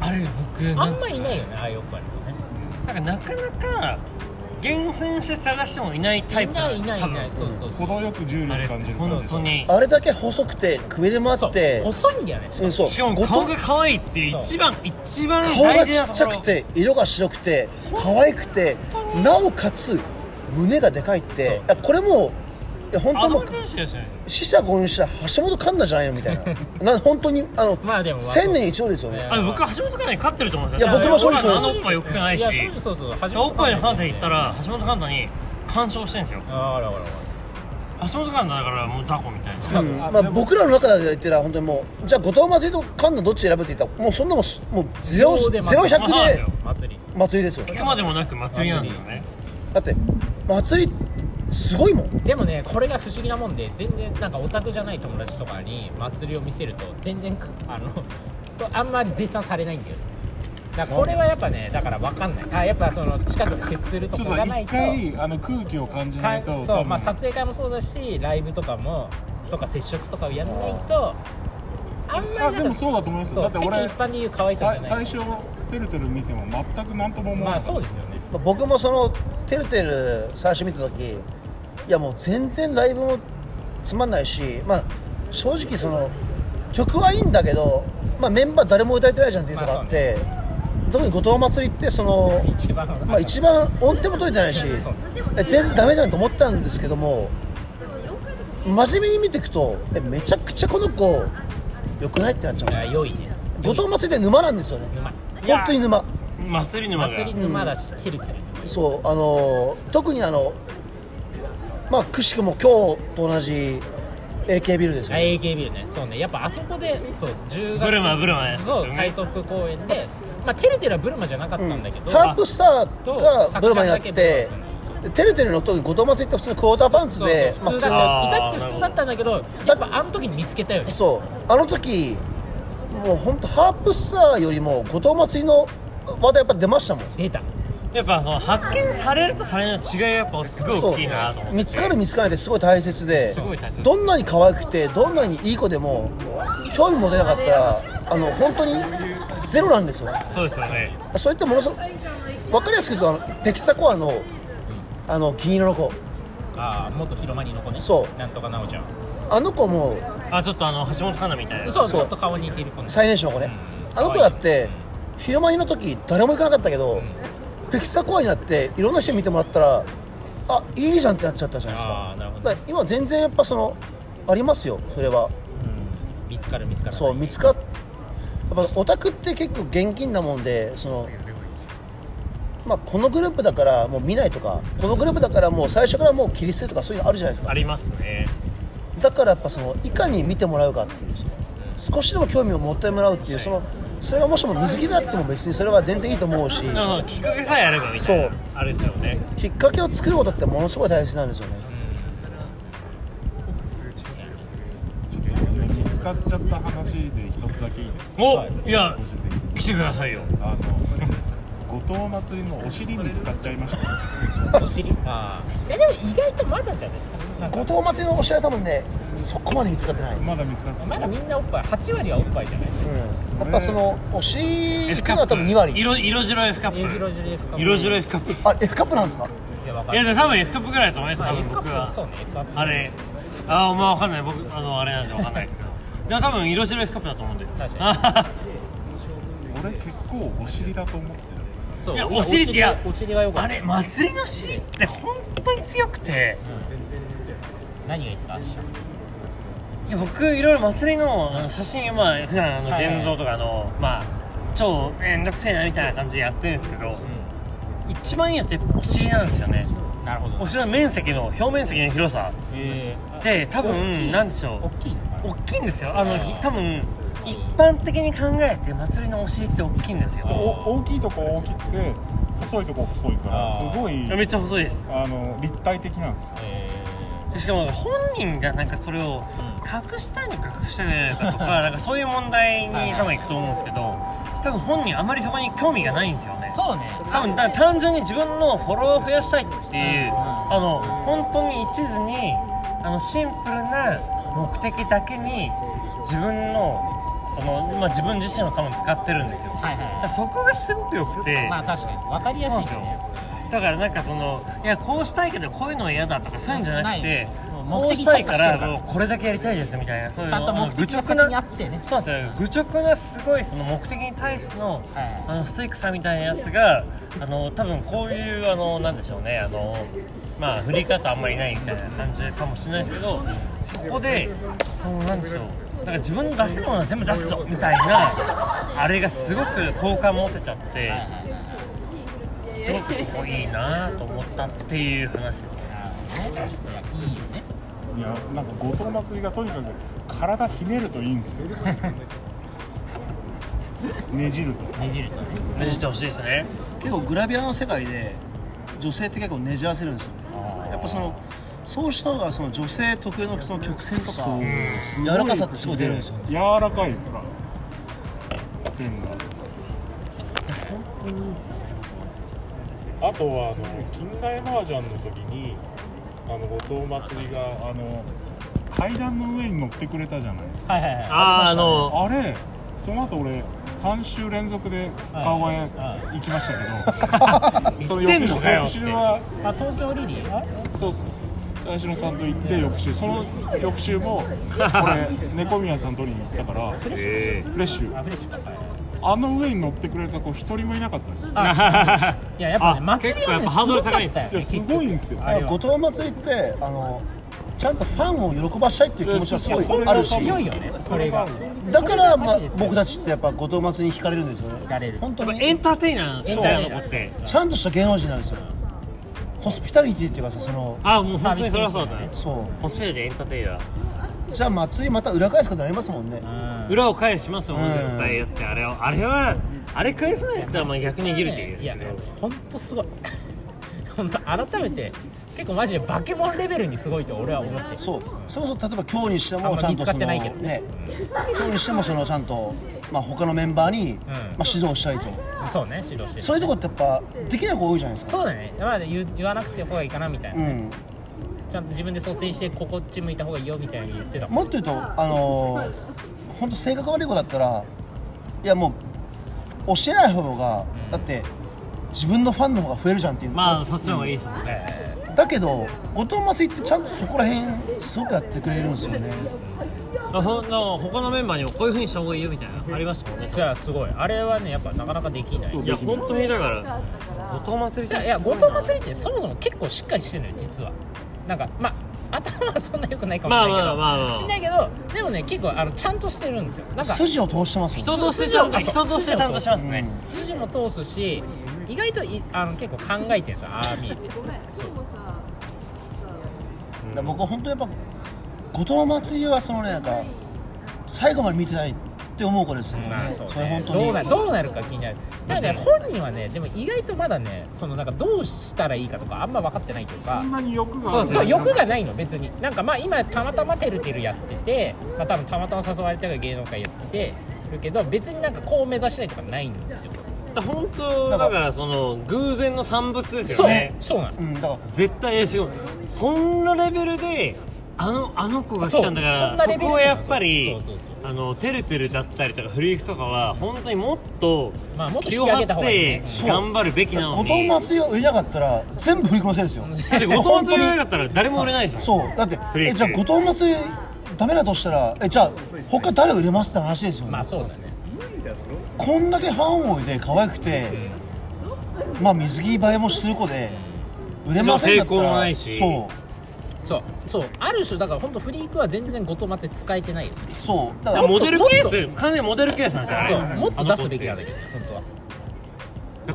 Speaker 3: あれ僕
Speaker 4: あ
Speaker 3: なんん
Speaker 4: まいないよねああいうおっぱいのね
Speaker 3: なんかなかなか厳選して探してもいないタ
Speaker 4: い
Speaker 3: イプ
Speaker 4: なんいい
Speaker 3: です
Speaker 4: ないいない
Speaker 3: 多分
Speaker 4: そうそうそう
Speaker 6: 程よく重
Speaker 3: あ
Speaker 6: 力
Speaker 3: れ
Speaker 6: 感じる感じ
Speaker 3: 本
Speaker 6: です
Speaker 3: 当に
Speaker 2: あれだけ細くてくびれもあ
Speaker 4: そう
Speaker 2: って
Speaker 4: 細いんだよねしか
Speaker 2: う
Speaker 4: も
Speaker 2: んそう
Speaker 3: しかも
Speaker 2: 後
Speaker 3: 顔
Speaker 2: 藤
Speaker 3: が可愛いっていう一番一番
Speaker 2: 顔が
Speaker 3: 大事
Speaker 2: ち
Speaker 3: な
Speaker 2: っちゃ
Speaker 3: と
Speaker 2: く
Speaker 3: ころ
Speaker 2: て色が白くて可愛くてなおかつ胸がでかいっていやこれもういや本当
Speaker 3: あ
Speaker 2: にも
Speaker 3: の
Speaker 2: う
Speaker 3: 話ですよね
Speaker 2: 死者購入した橋本環奈じゃないのみたい [laughs] なな本当にあの、
Speaker 4: まあでも
Speaker 2: 千年一度ですよね
Speaker 4: ね
Speaker 3: あれ僕は橋本環奈に勝ってると思うんです
Speaker 2: いや僕も正直そうです
Speaker 3: あのおっぱいよくない
Speaker 4: い
Speaker 3: し
Speaker 4: や正直そうそう初
Speaker 3: おっぱいの話で言ったら橋本環奈に干渉してるんですよ
Speaker 4: ああらあらあら
Speaker 3: 橋本環奈だからもう雑魚みたいな
Speaker 2: うんまあ、僕らの中で言ったら本当にもうじゃあ後藤祭りと環奈どっち選ぶって言ったらもうそんなもんすもうゼロ
Speaker 4: そうで
Speaker 2: ゼロ
Speaker 4: 祭り
Speaker 2: 百
Speaker 3: そう
Speaker 2: で
Speaker 3: よ
Speaker 4: 祭り
Speaker 2: 祭りですよ
Speaker 3: 行くまでもなく祭りなんですよね
Speaker 2: だって祭りすごいもん
Speaker 4: でもねこれが不思議なもんで全然なんかオタクじゃない友達とかに祭りを見せると全然かあのそうあんまり絶賛されないんだよねだからこれはやっぱねだから分かんないあやっぱその近くで接すると
Speaker 6: ちょっ
Speaker 4: ことがない
Speaker 6: 一
Speaker 4: と
Speaker 6: 回あの空気を感じないと
Speaker 4: か
Speaker 6: 多
Speaker 4: そう、
Speaker 6: 分
Speaker 4: まあ、撮影会もそうだしライブとかもとか接触とかをやらないとあんまりな
Speaker 6: あ
Speaker 4: んか
Speaker 6: でもそうだと思います
Speaker 4: そう
Speaker 6: だって
Speaker 4: 世間
Speaker 6: 俺
Speaker 4: 一般で言う可愛さ
Speaker 6: さ
Speaker 4: じゃな
Speaker 6: 最
Speaker 4: い
Speaker 6: 初てるてる見ても全く何とも思
Speaker 4: ま
Speaker 6: わな
Speaker 4: あ
Speaker 6: い
Speaker 4: そうですよね
Speaker 2: まあ僕もそのてるてる最初見た時いやもう全然ライブもつまんないしまあ正直その曲はいいんだけど、まあ、メンバー誰も歌えてないじゃんっていうとこあって、特に後藤祭りってその
Speaker 4: 一番
Speaker 2: まあ、一番音程も取れてないし
Speaker 4: そう
Speaker 2: え全然ダメじゃんと思ったんですけども真面目に見ていくとえめちゃくちゃこの子良くないってなっちゃいま
Speaker 4: い
Speaker 2: した
Speaker 4: や良いね
Speaker 2: 後藤祭りって沼なんですよね
Speaker 4: 沼
Speaker 2: 本当に沼
Speaker 3: 祭り沼が
Speaker 4: 祭り沼だしてるてる
Speaker 2: そうあのー特にあのまあくしくも今日と同じ AK ビルですよね
Speaker 4: AK ビルねそうねやっぱあそこでそう10月
Speaker 3: ブルマブルマですよ
Speaker 4: そ
Speaker 3: ね
Speaker 4: う体側公演でまあてるてるはブルマじゃなかったんだけど、
Speaker 2: ハープスターがブルマになっ
Speaker 4: 作者だけ
Speaker 2: て
Speaker 4: ブルマになったの
Speaker 2: でてるてるの時に後藤祭りって普通のクォーターパンツ
Speaker 4: そう
Speaker 2: で
Speaker 4: そう
Speaker 2: まあ
Speaker 4: 普
Speaker 2: 普
Speaker 4: 通
Speaker 2: 通
Speaker 4: だ
Speaker 2: の
Speaker 4: った至って普通だったんだけどやっぱあの時に見つけたよね
Speaker 2: そうあの時もう本当ハープスターよりも後藤祭りの話題やっぱ出ましたもん
Speaker 4: 出た
Speaker 3: やっぱその発見されるとされないの違いがやっぱすごい大きいなと思
Speaker 2: そ
Speaker 3: っ
Speaker 2: う
Speaker 3: て
Speaker 2: 見つかる見つかないってすごい大切です
Speaker 3: ごい大切です
Speaker 2: どんなに可愛くてどんなにいい子でも興味持てなかったらあの本当にゼロなんですよ
Speaker 3: そうですよね
Speaker 2: そういったものすごく分かりやすく言うとあのペキサコアのあの銀色の子
Speaker 4: ああ元広間にの子ね
Speaker 2: そう
Speaker 4: なんとかなおちゃん
Speaker 2: あの子も
Speaker 3: あちょっとあの橋本環奈みたいな
Speaker 4: そう
Speaker 2: そう
Speaker 4: ちょっと顔に似てる子ね
Speaker 2: 最年少の子ねあの子だって広間にの時誰も行かなかったけどペキサコアになっていろんな人に見てもらったらあいいじゃんってなっちゃったじゃないです
Speaker 4: あ
Speaker 2: か
Speaker 4: あなるほど
Speaker 2: だから今全然やっぱそのありますよそれは
Speaker 4: 見つかる見つかる
Speaker 2: そう見つかっやっぱオタクって結構現金なもんでそのまあこのグループだからもう見ないとかこのグループだからもう最初からもう切り捨てとかそういうのあるじゃないです
Speaker 3: あ
Speaker 2: か
Speaker 3: りますね
Speaker 2: だからやっぱそのいかに見てもらうかっていうその少しでも興味を持ってもらうっていうそのそれがもしも水着であっても別にそれは全然いいと思うし
Speaker 3: だからきっかけさえあればみたいな
Speaker 2: そう
Speaker 3: あれですよね
Speaker 2: きっかけを作ることってものすごい大切なんですよね
Speaker 6: 見つかっちゃった話で一つだけいいですか
Speaker 3: おいや来てくださいよ
Speaker 6: あの後藤祭りのお尻に使っちゃいました
Speaker 4: お尻ああでも意外とまだじゃないなんか
Speaker 2: 後藤祭りのお尻は多分ねそこまで見つかってない、うん、
Speaker 6: まだ見つかってな
Speaker 4: ま
Speaker 6: い
Speaker 4: だみんなおっぱい8割はおっぱいじゃない
Speaker 2: やっぱそのお尻行くのは多分2割
Speaker 3: 色色白い F カッ
Speaker 4: 色白
Speaker 3: プ
Speaker 4: い F カップ
Speaker 3: 色白い F カップ
Speaker 2: あ F カップなんですか
Speaker 4: いやわか
Speaker 3: い
Speaker 4: んな
Speaker 3: や
Speaker 4: い
Speaker 3: でも多分 F カップぐらいだと思いま
Speaker 4: ま
Speaker 3: す多
Speaker 4: あ
Speaker 3: 分
Speaker 4: F カ
Speaker 3: 僕
Speaker 4: ップそう
Speaker 3: は
Speaker 4: ね F カップ
Speaker 3: あれあーまあわかんない僕あのあれなんでわかんないですけどでも多分色白い F カップだと思うんで
Speaker 4: 確
Speaker 3: か
Speaker 6: 俺結構お尻だと思って
Speaker 4: そう
Speaker 3: いやお尻っていや
Speaker 4: お尻が良か
Speaker 3: あ
Speaker 4: った
Speaker 3: れ祭りの尻って本当に強くて
Speaker 4: 何がいいですかアッシャー
Speaker 3: いや僕いろいろ祭りのあの写真まあ普段あの
Speaker 4: はいはい
Speaker 3: 現像とかあのまあ超めんどくせえなみたいな感じでやってるんですけど、一番いいのってお尻なんですよね
Speaker 4: なるほ
Speaker 3: お
Speaker 4: ど
Speaker 3: 尻の面積の表面積の広さ
Speaker 4: え
Speaker 3: で
Speaker 4: 大
Speaker 3: 多
Speaker 4: きい
Speaker 3: 分なんでしょ
Speaker 4: 大きいのか
Speaker 3: う大きいんですよあのひ多分一般的に考えて祭りのお尻って大きいんです
Speaker 6: た
Speaker 3: よ
Speaker 6: お大きいとこ大きくて細いとこ細いから
Speaker 4: あー
Speaker 6: すごい
Speaker 3: めっちゃ細いです
Speaker 6: あの立体的なんですよ
Speaker 4: なえ
Speaker 3: しかも本人がなんかそれを隠したいのか隠してないのかとかなんかそういう問題に多分いくと思うんですけど多分本人あまりそこに興味がないんですよね
Speaker 4: ーそうね
Speaker 3: 多分だ単純に自分のフォロワーを増やしたいっていうあの本当に一途にあのシンプルな目的だけに自分のその、まあ、自分自身を多分使ってるんですよだ
Speaker 4: はいはい
Speaker 3: か
Speaker 4: は
Speaker 3: らそこがすごく良くて
Speaker 4: いまあ確かに分かりや
Speaker 3: そう
Speaker 4: す
Speaker 3: で
Speaker 4: いよ
Speaker 3: すよ
Speaker 4: ね
Speaker 3: だからなんかそのいやこうしたいけどこういうのは嫌だとかそういうんじゃなくて
Speaker 4: ないもう目
Speaker 3: こう
Speaker 4: 的
Speaker 3: し
Speaker 4: ちゃ
Speaker 3: た
Speaker 4: ん
Speaker 3: い
Speaker 4: と
Speaker 3: か
Speaker 4: してる
Speaker 3: ら
Speaker 4: から
Speaker 3: もうこれだけやりたいですみたいなそういう
Speaker 4: ちゃんと目的が先
Speaker 3: 愚直
Speaker 4: にあっ
Speaker 3: な
Speaker 4: てね
Speaker 3: そうなんですよ愚直なすごいその目的に対しての,、
Speaker 4: はい
Speaker 3: あのスイクさみたいなやつがあの多分こういうあのなんでしょうねあのまあ振り方あんまりないみたいな感じかもしれないですけどそこでそのなんでしょうなんか自分の出せるものは全部出すぞみたいなあれがすごく好感持てちゃってすごくそこいいなと思ったっていう話です
Speaker 4: いいよね
Speaker 6: いやなんか後藤祭りがとにかく体ひねるといいんですよ [laughs] ねじると
Speaker 4: ねじるとね
Speaker 3: ねじってほしいですね
Speaker 2: 結構グラビアの世界で女性って結構ねじらせるんですよやっぱそのそうした方がその女性特有のその曲線とか柔らかさってすごい出るんですよ
Speaker 6: 柔らかいから線があとはあの近代麻雀の時にあの後藤祭りがあの階段の上に乗ってくれたじゃないですか
Speaker 4: はいはいはい
Speaker 3: あああの
Speaker 6: あれその後俺3週連続で川越行きま [laughs] したけどその
Speaker 3: 行ってんのかよ
Speaker 6: 翌週は
Speaker 4: あ東京リリー
Speaker 6: そうそうそう最初のさんと行って翌週その翌週も俺猫宮さん取りに行ったからフレッシュあの上に乗ってくれた子一人もいなかったんです
Speaker 3: [laughs]
Speaker 6: よ
Speaker 4: いややっぱね
Speaker 3: あ
Speaker 4: 祭りは
Speaker 3: 結構やっ
Speaker 4: ね
Speaker 3: ぱ
Speaker 4: す
Speaker 3: ハード
Speaker 4: ご
Speaker 3: ル
Speaker 4: か
Speaker 3: 高い
Speaker 4: ったよ
Speaker 6: いやすごいんですよ
Speaker 2: だから後藤祭りってあのちゃんとファンを喜ばしたいっていう気持ちはすごいあるし
Speaker 4: 強いよねそれが
Speaker 2: だから、まあ、僕たちってやっぱ後藤祭りに惹かれるんですよね
Speaker 4: かれる
Speaker 2: 本当
Speaker 3: エ
Speaker 2: に
Speaker 3: ンターテイナーなんですよねあの子って
Speaker 2: ちゃんとした芸能人なんですよホスピタリティっていうかさその
Speaker 3: ああもう本当にそれはそうだね
Speaker 2: そ
Speaker 3: ホステルでエンターテイナー
Speaker 2: うじゃあ祭りまた裏返すことになりますもんね
Speaker 3: 裏を返しますもん
Speaker 2: うん
Speaker 3: 絶対だってあれはあれはあれ返さないやつはまあ逆にギルティーで
Speaker 4: いや
Speaker 3: すね
Speaker 4: 本当すごい本当改めて結構マジでバケモンレベルにすごいと俺は思ってる
Speaker 2: そうそうそう例えば今日にして
Speaker 4: あん
Speaker 2: も
Speaker 4: ま
Speaker 2: ちゃんとそ
Speaker 4: 見つかっ
Speaker 2: の
Speaker 4: てないけどね
Speaker 2: 今日にしてもそのちゃんと、まあ、他のメンバーに、まあ、指導したりと
Speaker 4: そうね指導してる
Speaker 2: そういうとこってやっぱできない子多いじゃないですか
Speaker 4: そうだねまあ言う言わなくて方がいいかなみたいな、
Speaker 2: うん
Speaker 4: ちゃんと自分で蘇生してここっち向いた方がいいよみたいに言ってたもん
Speaker 2: もっと言うとあの本当性格悪い子だったらいやもう教えない方が、だって自分のファンの方が増えるじゃんっていう、
Speaker 3: まあそっちの方がいいですもんね
Speaker 2: だけど後藤祭りってちゃんとそこら辺すごくやってくれるんですよね
Speaker 3: あほんの他のメンバーにもこういうふうにした方がいいよみたいなのありましたもんね
Speaker 4: それはすごいあれはねやっぱなかなかできない
Speaker 6: そう
Speaker 4: い
Speaker 3: いや本当にだから後藤祭りじゃ
Speaker 4: やいや後藤祭りってそもそも結構しっかりしてるのよ実はなんかまあ頭はそんな良くないかもしれないけど、
Speaker 3: まあまあまあまあ
Speaker 4: しんないけどでもね結構あのちゃんとしてるんですよなんか
Speaker 2: 筋を通してます
Speaker 3: 人
Speaker 2: よね
Speaker 3: としてちゃんと人としてちゃんとしますね
Speaker 4: 筋も通すし意外といあの結構考えてるんですよああ見えて
Speaker 2: だから僕は本当やっぱ後藤祭りはそのねなんか最後まで見てないって思う子ですよね,、それ本当に
Speaker 4: どうなどうなるか気になるなんかね本人はねでも意外とまだねそのなんかどうしたらいいかとかあんま分かってないという
Speaker 6: そ
Speaker 4: か
Speaker 6: んなに欲がある
Speaker 4: そう欲がないの別になんかまあ今たまたまてるてるやってて、まあ、多分たまたま誘われたから芸能界やっててるけど別になんかこう目指したいとかないんですよ
Speaker 3: だって本当だからその偶然の産物です
Speaker 4: そ
Speaker 3: よ
Speaker 4: う
Speaker 3: ね
Speaker 4: そうなの
Speaker 2: うん、だから
Speaker 3: 絶対ですよそんなレベルであのあの子が来たんだ
Speaker 4: そうそ
Speaker 3: か
Speaker 4: ん
Speaker 3: ら
Speaker 4: な
Speaker 3: そ
Speaker 4: レベル
Speaker 3: こはやっぱり
Speaker 4: そうそうそう
Speaker 3: あのてるてるだったりとかフリークとかは本当にもっと
Speaker 4: まあもっと
Speaker 3: 気
Speaker 4: 引
Speaker 3: を
Speaker 4: き上
Speaker 3: 張
Speaker 4: げた
Speaker 3: っ
Speaker 4: 方がいい
Speaker 3: て
Speaker 4: ね
Speaker 2: そう
Speaker 3: 頑張るべきなの
Speaker 2: 後藤
Speaker 3: に
Speaker 2: 松井を売れなかったら全部振り込ませるんですよ
Speaker 3: だって後藤松井だったら誰も売れないですもん
Speaker 2: そうだって
Speaker 3: リー
Speaker 2: え
Speaker 3: ク
Speaker 2: じゃあ後藤松井ダメだとしたらえじゃあ他誰売れますって話ですよね、
Speaker 4: まあそうだね
Speaker 2: こんだけファン思いで可愛くて、まあ水着映えもする子で売れませんだった
Speaker 3: 抵抗も
Speaker 2: ら
Speaker 3: ないし
Speaker 2: そ
Speaker 4: そうそうある種だから本当フリークは全然後藤松井使えてないよね
Speaker 2: うそうだか
Speaker 3: だかららモデルケース完全にモデルケースなんですよあれ
Speaker 4: そうもっと出すべき
Speaker 3: あ
Speaker 4: な
Speaker 3: の
Speaker 4: ん
Speaker 3: 子
Speaker 4: だけど
Speaker 3: って
Speaker 4: ね本当は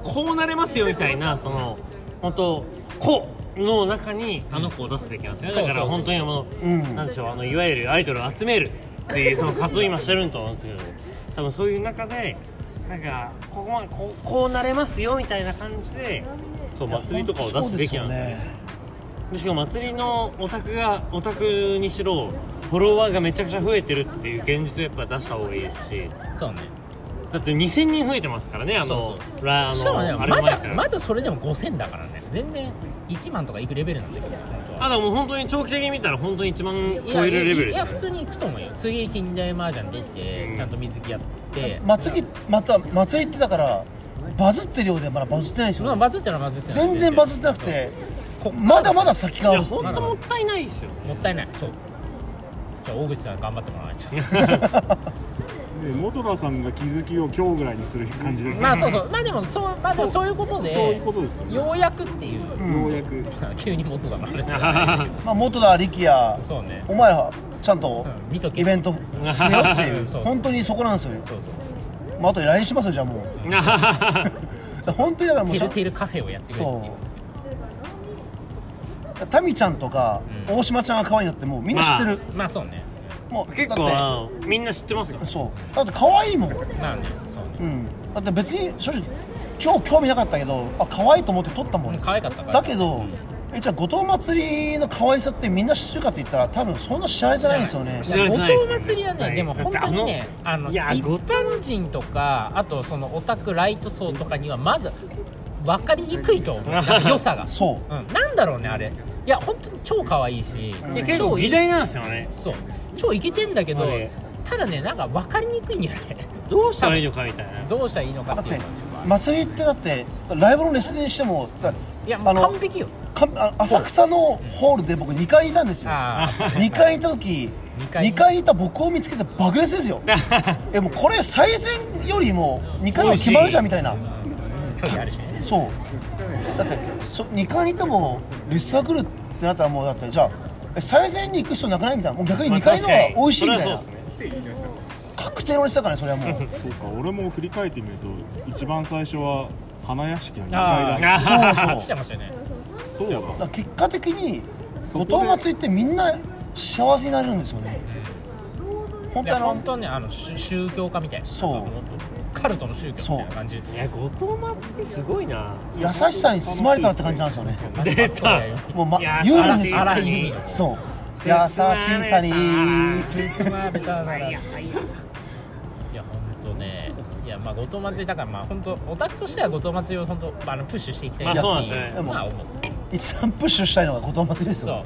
Speaker 3: こうなれますよみたいなその本当子の中にあの子を出すべきなんですよね
Speaker 4: そう
Speaker 3: だから
Speaker 4: そう
Speaker 3: 本当にもう、
Speaker 2: うん
Speaker 3: なんでしょうあのいわゆるアイドルを集めるっていうその活動を今してると思うんですけど多分そういう中でなんかここまでこうこうなれますよみたいな感じでそう祭りとかを出すべき
Speaker 2: そ
Speaker 3: なんですよ
Speaker 2: うですよね
Speaker 3: でしかも祭りのオタクがオタクにしろフォロワーがめちゃくちゃ増えてるっていう現実をやっぱ出した方がいいですし
Speaker 4: そうね
Speaker 3: だって2000人増えてますからねあの
Speaker 4: そう
Speaker 3: ラあ
Speaker 4: しかもね
Speaker 3: のあれ
Speaker 4: ま
Speaker 3: 前
Speaker 4: だ
Speaker 3: から
Speaker 4: まだそれでも5000だからね全然1万とかいくレベルなんだけど本当は
Speaker 3: あでも本当に長期的に見たら本当に一番
Speaker 4: い
Speaker 3: 超
Speaker 4: や
Speaker 3: えるレベル
Speaker 4: い
Speaker 3: です
Speaker 4: や
Speaker 3: よ
Speaker 4: 普通に行くと思うよ次近代麻雀できてちゃんと水着やって
Speaker 2: 祭りまた祭りってだからバズってるようでまだバズってないですよ、
Speaker 4: まあバズってのはバズってのは
Speaker 2: 全然バズってなくてまだまだ先があ
Speaker 3: い
Speaker 2: る
Speaker 3: や
Speaker 2: ってい
Speaker 3: 本
Speaker 2: う
Speaker 3: 当もったいないですよ
Speaker 4: もったいないそうじゃあ大口さん頑張ってもらわないと
Speaker 6: で元田さんが気づきを今日ぐらいにする感じで
Speaker 4: [laughs]
Speaker 6: す
Speaker 4: ま
Speaker 6: か
Speaker 4: あ
Speaker 6: ね
Speaker 4: そうそうまあでもそうまあでもそういうことで
Speaker 6: そういうことですよね
Speaker 4: ようやくっていう
Speaker 6: ようやく
Speaker 4: [laughs] 急に持つだから話 [laughs]
Speaker 2: まあ、元田力也
Speaker 4: そうね
Speaker 2: お前らちゃんと
Speaker 4: うん見とけ
Speaker 2: イベント決めようってい
Speaker 4: [laughs] そ
Speaker 2: う
Speaker 4: うそう
Speaker 2: 本当にそこなんですよね
Speaker 4: そうそう
Speaker 2: まああとで LINE しますよじゃあもう本当にだからもう
Speaker 4: て
Speaker 2: ちゃ
Speaker 4: る
Speaker 2: ん
Speaker 4: てるカフェをやってくれっていう
Speaker 2: そうタミちゃんとか
Speaker 4: うん
Speaker 2: 大島ちゃんが可愛いのってもうみんな知ってる、
Speaker 4: まあそうね
Speaker 2: もう
Speaker 3: 結
Speaker 2: だって
Speaker 3: 構みんな知ってますよ
Speaker 2: そうだって可愛いもん、
Speaker 4: まあねそうね
Speaker 2: うん、だって別に正直今日興味なかったけどあ可愛いと思って撮ったもん、
Speaker 4: うん可愛かったから
Speaker 2: だけど、えじゃあ後藤祭りの可愛さってみんな知ってるかって言ったら多分そんな知られてないんですよね
Speaker 3: 知らない
Speaker 4: 後
Speaker 3: 知
Speaker 4: 藤
Speaker 3: られてないです
Speaker 4: 祭りは
Speaker 3: は
Speaker 4: ね
Speaker 3: い
Speaker 4: でも本当にねあの
Speaker 3: いや
Speaker 4: 一
Speaker 3: ご
Speaker 4: 般人とかあとそのオタクライト層とかにはまだ分かりにくいと思うなん [laughs] か良さが、
Speaker 2: そう
Speaker 4: ん、なんだろうねあれいや本当に超可愛いし
Speaker 3: いや結構
Speaker 4: 超い
Speaker 3: 議
Speaker 4: い
Speaker 3: 題なんですよね
Speaker 4: そう超イケてんだけど
Speaker 3: あれ
Speaker 4: ただねなんか分かりにくいんじゃない
Speaker 3: どうしたらいいのかみたいな
Speaker 4: どうしたらいいのか
Speaker 2: だ
Speaker 4: っ
Speaker 2: って
Speaker 4: い
Speaker 2: て
Speaker 4: うのは
Speaker 2: 祭りってだってライブのレスにしてもだ
Speaker 4: いやも
Speaker 2: あ
Speaker 4: う完
Speaker 2: の
Speaker 4: 璧よ
Speaker 2: かあ浅草のホールで僕2階にいたんですよ
Speaker 4: ああ
Speaker 2: 2階にいた時
Speaker 4: 二階に
Speaker 2: 2階にいた僕を見つけて爆裂ですよえもうこれ最善よりも2階の方が決まるじゃんみたいな
Speaker 4: 距離あるしね
Speaker 2: そうだってそ2階にいてもレッサー来るってなったらもうだってじゃあえ最善に行く人なくないみたいなもう逆に2階の方が美味しいみたい
Speaker 3: まあ
Speaker 2: な
Speaker 3: 確かに
Speaker 2: 確定のレッサーからねそれはもう
Speaker 6: そうか俺も振り返ってみると一番最初は花屋敷の2階
Speaker 4: あ
Speaker 6: だ
Speaker 3: あ
Speaker 2: そうそう
Speaker 4: 来てましたよね
Speaker 6: そうだ
Speaker 2: だから結果的に
Speaker 6: そ
Speaker 2: 後
Speaker 6: こで
Speaker 2: 藤祭りってみんな幸せになれるんですよね本
Speaker 4: い
Speaker 2: 当
Speaker 4: や
Speaker 2: あの
Speaker 4: 本当にねあの宗宗教家みたいな
Speaker 2: そう
Speaker 4: 本当カルトの宗教みたいな感じ
Speaker 3: そういや後藤祭りすごいな
Speaker 2: 優しさに包まれたって感じなんですよね
Speaker 3: 出た
Speaker 2: もう、ま
Speaker 3: いや、
Speaker 2: ユーミンですよ
Speaker 4: 荒い意味よ
Speaker 2: そう優しさに
Speaker 4: つまれたならいや本当ねいやまあ後藤祭りだからまあ本当オタクとしては後藤祭りを本当まああのプッシュしていきたい
Speaker 3: まあそうなんですね
Speaker 4: っていうまあ思う
Speaker 2: 一番プッシュしたいのが後藤祭りです
Speaker 4: そう
Speaker 2: よ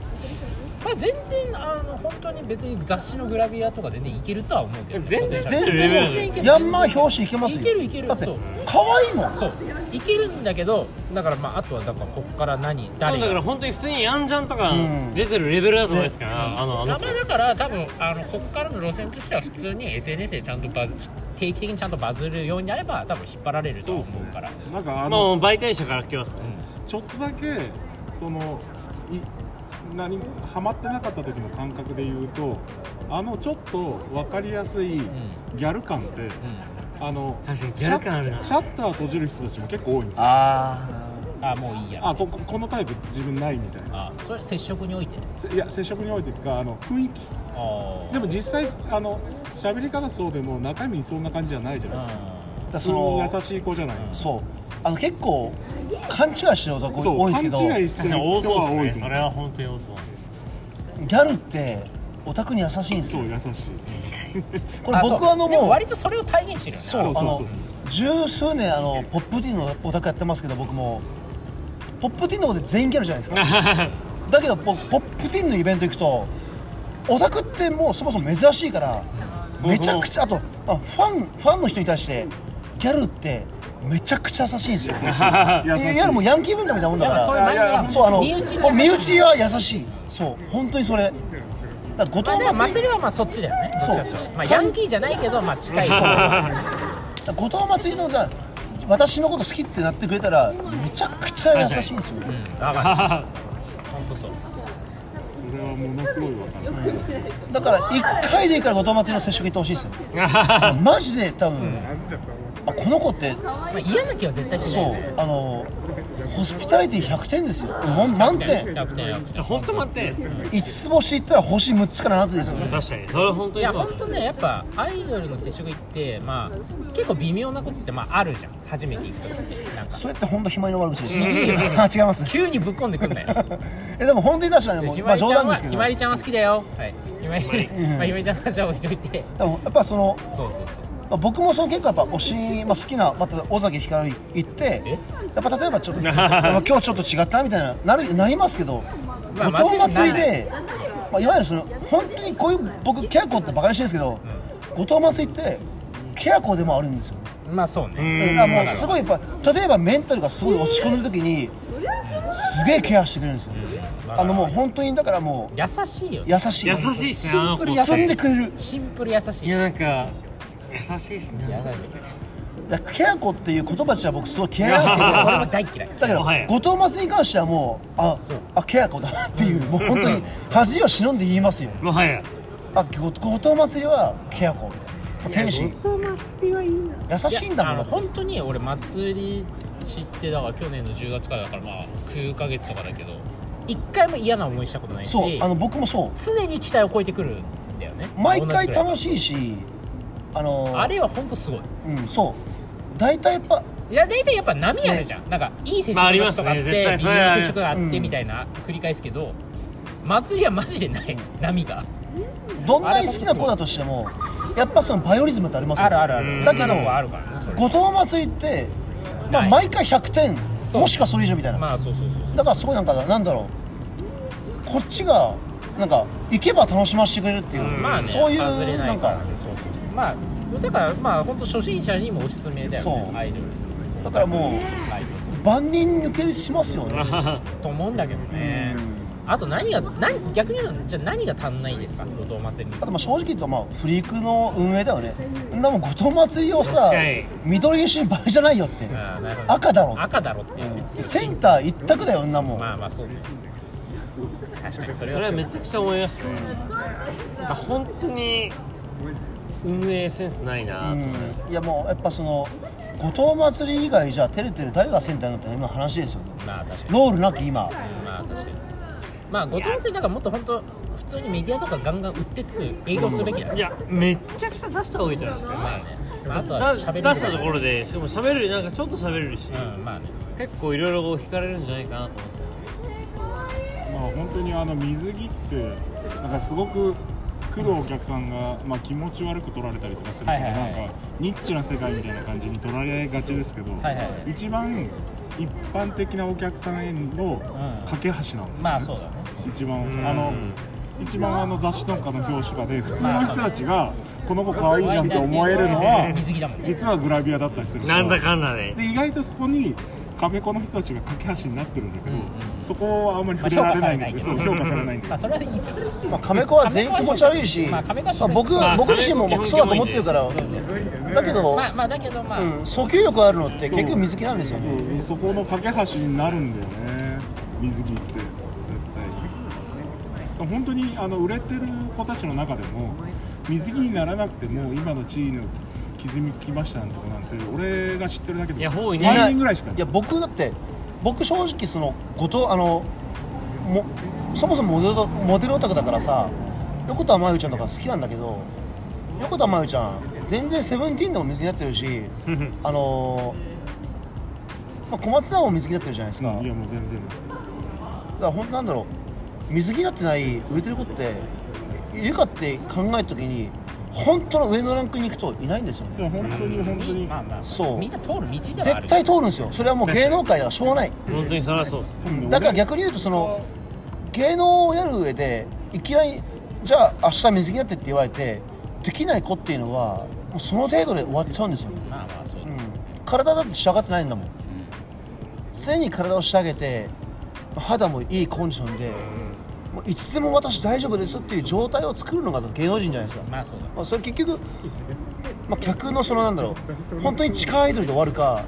Speaker 4: まあ全然あの本当に別に雑誌のグラビアとか全然いけるとは思うけど
Speaker 3: 全然
Speaker 2: 全
Speaker 3: 全
Speaker 2: 然
Speaker 3: 然
Speaker 4: いける
Speaker 2: ヤンマー表紙いけますよ
Speaker 4: いけるいける
Speaker 2: だって
Speaker 4: そう
Speaker 2: 可愛いもん
Speaker 4: そういけるんだけどだからまああとはだからこっから何誰
Speaker 3: だか
Speaker 4: が
Speaker 3: ら本当に普通にヤンジャンとか
Speaker 2: ん
Speaker 3: 出てるレベルだと思うんですからあの
Speaker 4: ま
Speaker 3: あの
Speaker 4: あ
Speaker 3: 子
Speaker 4: だから多分あのこっからの路線としては普通に SNS でちゃんとバズ定期的にちゃんとバズるようになれば多分引っ張られるとは思うから
Speaker 6: なんかあの
Speaker 3: もう媒体者から来ますね
Speaker 6: ちょっとだけそのい何ハマってなかった時の感覚で言うとあのちょっと分かりやすいギャル感って、あの
Speaker 3: 確かにギ
Speaker 6: シ
Speaker 3: ャ
Speaker 6: ャ
Speaker 3: ル感あるな
Speaker 6: ッシャッター閉じる人たちも結構多いんですよ
Speaker 2: あ
Speaker 4: あもういいや
Speaker 6: あこここのタイプ自分ないみたいな
Speaker 4: あそれ接触においてね
Speaker 6: せいや接触においてとかあの雰囲気
Speaker 4: あ
Speaker 6: でも実際あの喋り方そうでも中身そんな感じじゃないじゃないですか
Speaker 2: あだから
Speaker 6: 普
Speaker 2: そ
Speaker 6: 通に
Speaker 2: の
Speaker 6: 優しい子じゃないですか
Speaker 2: そうあの結構勘違いしてる男
Speaker 6: そう
Speaker 2: 多いんです
Speaker 6: 勘
Speaker 2: けど
Speaker 6: 違いし
Speaker 3: 確
Speaker 6: て
Speaker 3: か
Speaker 6: る
Speaker 3: に多
Speaker 6: 人
Speaker 3: そう
Speaker 6: は
Speaker 3: です
Speaker 6: 多い
Speaker 3: ね
Speaker 6: と
Speaker 3: そ
Speaker 6: 思う
Speaker 3: れは本当に多そう
Speaker 2: ギャルってオタクに優しいんです
Speaker 6: そう
Speaker 2: よ
Speaker 6: 優しい
Speaker 2: これ僕はあの
Speaker 4: でも
Speaker 2: もう
Speaker 4: 割とそれを体現してるよね
Speaker 2: そう
Speaker 6: そ
Speaker 2: あ
Speaker 6: うそう
Speaker 2: の
Speaker 6: そう
Speaker 2: 十数年あのポップティーンのオタクやってますけど僕もポップティーンの方で全員ギャルじゃないですか [laughs] だけど僕ポップティーンのイベント行くとオタクってもうそもそも珍しいからめちゃくちゃあとあファンファンの人に対してギャルってめちゃくちゃ優しいん [laughs] ですよ
Speaker 6: 優
Speaker 2: い
Speaker 6: し
Speaker 2: や
Speaker 6: い
Speaker 2: いやもうヤンキー文化みたいなもんだか
Speaker 4: そう
Speaker 2: ら
Speaker 4: いう漫画
Speaker 6: いやい
Speaker 4: は
Speaker 2: そうあの
Speaker 4: 身内
Speaker 2: もう
Speaker 4: に
Speaker 2: 身内は優しいそう本当にそれだから
Speaker 4: まあ、で
Speaker 2: 後
Speaker 4: も
Speaker 2: 藤祭
Speaker 4: 祭
Speaker 2: り
Speaker 4: りはまあそっちだよね
Speaker 2: そう
Speaker 4: どっちかというとまあ、ヤンキーじゃないけどまあ近い
Speaker 2: だから後藤祭りのじゃあ私のこと好きってなってくれたらめちゃくちゃ優しいんです
Speaker 4: う
Speaker 2: よ、
Speaker 4: ん分かる本当そう
Speaker 6: それはものすごいわかる
Speaker 2: だから1回でいいから後藤祭りの接触行ってほしいですよマジで多分、あこの子って
Speaker 4: まあ、嫌な気は絶対し
Speaker 2: そ
Speaker 4: な
Speaker 2: う
Speaker 4: いよね
Speaker 2: あのホスピタリティ100点ですよもう満点
Speaker 4: 100点100点
Speaker 3: [laughs] 本当待って確
Speaker 2: 5つ星いったら星6つから7つですよ
Speaker 3: かにそれは本
Speaker 4: い
Speaker 3: 当に
Speaker 4: や
Speaker 3: そう
Speaker 4: 本当ねやっぱアイドルの接触行ってまあ結構微妙なことってまああるじゃん初めて行くとってなんか
Speaker 2: それって本当ひまりの悪口ですよ [laughs] あ違います
Speaker 4: 急にぶっ込んでくん
Speaker 2: [laughs]
Speaker 4: なよ
Speaker 2: えでも本当に確かにもう、
Speaker 4: ひ
Speaker 2: ま
Speaker 4: ま
Speaker 2: あ、
Speaker 4: りちゃ
Speaker 2: 冗
Speaker 4: ん
Speaker 2: 談
Speaker 4: は
Speaker 2: ですけ
Speaker 4: ひ
Speaker 2: ど
Speaker 4: まりちゃんは好きだよはいひまり [laughs] まあひまりちゃんの話は置いといて
Speaker 2: でもやっぱその、
Speaker 4: そうそうそう
Speaker 2: まあ、僕もその結構やっぱ推し、まあ、好きなまた尾崎ひかる行って
Speaker 4: え
Speaker 2: やっぱ例えばちょっとまあ今日ちょっと違ったなみたいななるなりますけど
Speaker 4: まあ
Speaker 2: 後藤
Speaker 4: 祭
Speaker 2: 祭り
Speaker 4: り
Speaker 2: で、まあ、いわゆるその本当にこういう僕ケアコってバカにしてるんですけど、後藤祭りってケアコでもあるんですよ、
Speaker 4: まあそうね
Speaker 2: だからもうすごいやっぱ例えばメンタルがすごい落ち込んでる時にすげえケアしてくれるんですよ、あのもう本当にだからもう
Speaker 4: 優しいよね
Speaker 2: 優しい
Speaker 3: 優しいっすね
Speaker 2: シ
Speaker 3: あ
Speaker 2: ン
Speaker 3: の
Speaker 2: プ
Speaker 3: 子
Speaker 2: ルに包んでくれる
Speaker 4: シンプル優しい
Speaker 3: いやなんか優しいっす
Speaker 4: 優し
Speaker 3: ね
Speaker 4: い
Speaker 2: だからケアコっていう言葉自体は僕すごい嫌いな
Speaker 4: [laughs]
Speaker 2: んですけど
Speaker 4: 俺も大嫌い
Speaker 2: だけど、
Speaker 3: はい
Speaker 2: 後藤祭りに関してはもうああケア子だなっていう、もう本
Speaker 4: [laughs]
Speaker 2: 当に恥を忍んで言いますよ
Speaker 3: もはや
Speaker 2: あ後後藤祭りはケア子天使
Speaker 7: トマツリはいいな。
Speaker 2: 優しいんだ
Speaker 4: あ
Speaker 2: も
Speaker 4: の
Speaker 2: ん本
Speaker 4: 本当に俺祭り知ってだから去年の10月からだからまあ9ヶ月とかだけど一回も嫌な思いしたことないし
Speaker 2: そうあの僕もそう
Speaker 4: 常に期待を超えてくるんだよね
Speaker 2: 毎回楽
Speaker 4: しい
Speaker 2: しいしあの
Speaker 4: あれは本当すごい
Speaker 2: うんそう大体やっぱ
Speaker 4: いや大体やっぱ波あるじゃん、なんかいい接触
Speaker 3: まああり
Speaker 4: が
Speaker 3: ま
Speaker 4: と
Speaker 3: す
Speaker 4: かあっ
Speaker 3: ね
Speaker 4: て、
Speaker 3: 絶対
Speaker 4: 微
Speaker 3: そ
Speaker 4: 妙
Speaker 3: れは
Speaker 4: な
Speaker 3: ある
Speaker 4: 接触があって
Speaker 2: うん
Speaker 4: みたいな繰り返すけど、祭りはマジでない波が
Speaker 2: どんなに好きな子だとしてもやっぱそのバイオリズムってありますよ
Speaker 4: あるあるある
Speaker 2: だけど
Speaker 4: 女の子はあるからねそれ
Speaker 2: 後藤祭りって、まあ、毎回100点
Speaker 4: そう
Speaker 2: もしくはそれ以上みたいな
Speaker 4: まあそうそうそうそう
Speaker 2: だからすごいなんかなんだろうこっちがなんか行けば楽しませてくれるっていう、
Speaker 4: まあね
Speaker 2: そういう
Speaker 4: 外れ
Speaker 2: ないん
Speaker 4: か
Speaker 2: から
Speaker 4: ねそうそうそうまあだからまあ本当初心者にもおすすめだよね
Speaker 2: そう
Speaker 4: アイドル
Speaker 2: だからも
Speaker 4: アイドル
Speaker 2: う万人抜けしますよね
Speaker 4: と思うんだけどねあと何が何逆に言うとじゃあ何が足んないんですか後藤祭りに
Speaker 2: あとまあ正直言うとまあフリークの運営だよねんなもん後藤祭りをさ
Speaker 3: 確かに
Speaker 2: 緑にしに倍じゃないよって
Speaker 4: ああなるほど
Speaker 2: 赤だろって
Speaker 4: 赤だろっていうね
Speaker 2: センター一択だよんなもん、
Speaker 4: まあまあそうね確かにそれ
Speaker 3: そ
Speaker 4: は
Speaker 3: れは
Speaker 4: そう
Speaker 3: めちゃくちゃ思いますねなんか本当に運営センスないなと思います
Speaker 2: うんいやもうやっぱその後藤祭り以外じゃあてるてる誰がセンターになったら今話ですよね
Speaker 4: まあ確かに
Speaker 2: ロールなき今
Speaker 4: まあ確かにまあ後藤祭りだからもっと本当普通にメディアとかガンガン売ってく営業すべきだ
Speaker 3: い
Speaker 4: ね
Speaker 3: やめっちゃくちゃ出した方がいいじゃないですか、
Speaker 4: まあねまああとは
Speaker 3: だ出
Speaker 4: 喋り
Speaker 3: したところでしかも喋るなんかちょっと喋れるし、
Speaker 4: うんまあね
Speaker 3: 結構いろいろ聞かれるんじゃないかなと思うんです
Speaker 6: まあ本当にあの水着ってなんかすごく来るお客さんが、まあ、気持ち悪く取られたりとかするから、
Speaker 4: はいはいはい
Speaker 6: なんかニッチな世界みたいな感じに取られがちですけど、
Speaker 4: はいはいは
Speaker 6: 一番一般的なお客さんへの架け橋なんですよ、ね
Speaker 4: まあそうだね
Speaker 6: 一番あの一番あの雑誌とかの表紙がで普通の人たちがこの子可愛いじゃんって思えるのは
Speaker 4: 水着だもんね
Speaker 6: 実はグラビアだったりする
Speaker 3: け
Speaker 6: し
Speaker 3: どなんだかんだね
Speaker 6: で意外とそこにカメコの人たちが架け橋になってるんだけど、そこはあんまり触れられないんだけど、
Speaker 4: まあ
Speaker 6: そう評価されないんだけ
Speaker 4: まあそれはいいんですよ
Speaker 2: まあ、亀子は全員気持ち悪いし、
Speaker 4: まあ亀子はそう
Speaker 2: 僕
Speaker 4: まあ
Speaker 2: 僕自身もまあ
Speaker 3: 亀子
Speaker 2: クソだと思ってるから、だけど、
Speaker 4: まあまあだけどまあ、
Speaker 2: うん訴求力あるのって [laughs] 結局水着なんですよね。
Speaker 6: ど、そうそこの架け橋になるんだよね水着って絶対本当にあの売れてる子たちの中でも水着にならなくても今の地位の傷きましたなんとかなんて俺が知ってるだけで
Speaker 3: いやほういない
Speaker 6: 3人ぐらいしかい
Speaker 2: い
Speaker 6: ない
Speaker 2: や僕だって僕正直その後藤あのもそもそもモデルモデルオタクだからさ横田真由ちゃんとか好きなんだけど横田真由ちゃん全然セブンティーンでも水着になってるしあのー、まあ、小松菜も水着になってるじゃないですか。
Speaker 6: いやもう全然
Speaker 2: だから本当なんだろう水着になってない浮いてる子っているかって考えた時に本当の上のランクに行くといないんですよ
Speaker 6: い
Speaker 2: ね
Speaker 6: や本当に本当に
Speaker 4: まあまあ
Speaker 2: そう
Speaker 4: みんな通る道ではある
Speaker 2: 絶対通るんですよそれはもう芸能界だからしょうがない
Speaker 3: 本当にそれはそうです
Speaker 6: 多分ね
Speaker 2: だから逆に言うとその芸能をやる上でいきなりじゃあ明日水着になってって言われてできない子っていうのはもうその程度で終わっちゃうんですよ、
Speaker 4: まあまあそう
Speaker 2: うん、体だって仕上がってないんだもん常に体を仕上げて肌もいいコンディションでもういつでも私大丈夫ですよっていう状態を作るのが芸能人じゃないですか、
Speaker 4: まあそうだ
Speaker 2: まあ、それ結局、まあ、客のそのなんだろう本当に地下アイドルで終わるか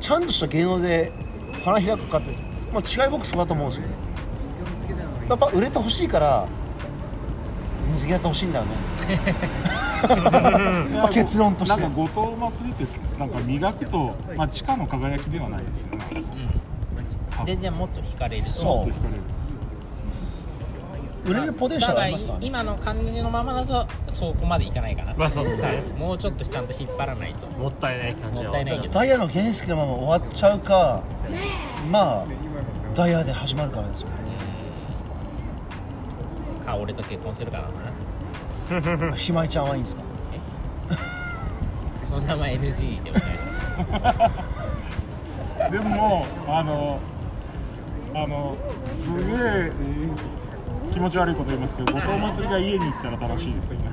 Speaker 2: ちゃんとした芸能で花開くかって、まあ、違い僕そうだと思うんですよねやっぱ売れてほしいから水着になってほしいんだよ
Speaker 4: [laughs]
Speaker 2: ねまあ結論として
Speaker 6: なんか後藤祭りってなんか磨くと、まあ、地下の輝きではないですよね
Speaker 4: 全然もっと惹かれる
Speaker 2: そ
Speaker 6: 惹かれる
Speaker 2: う売れるポテンシャルありますから
Speaker 4: だ
Speaker 2: ね
Speaker 4: 今の感じのままだとそこまでいかないかな、
Speaker 3: まあそうですね
Speaker 4: もうちょっとちゃんと引っ張らないと
Speaker 3: もったいない感じ
Speaker 4: も
Speaker 3: は
Speaker 4: ったいないけど
Speaker 2: ダイヤの原石のまま終わっちゃうかまあダイヤで始まるからですよね
Speaker 4: か俺と結婚するからな
Speaker 2: ひまりちゃんはいいんですか
Speaker 4: その名前 NG でお願いします
Speaker 6: でもあのあのすげえ気持ち悪いこと言いますけど後藤祭りが家に行ったら楽しいですよね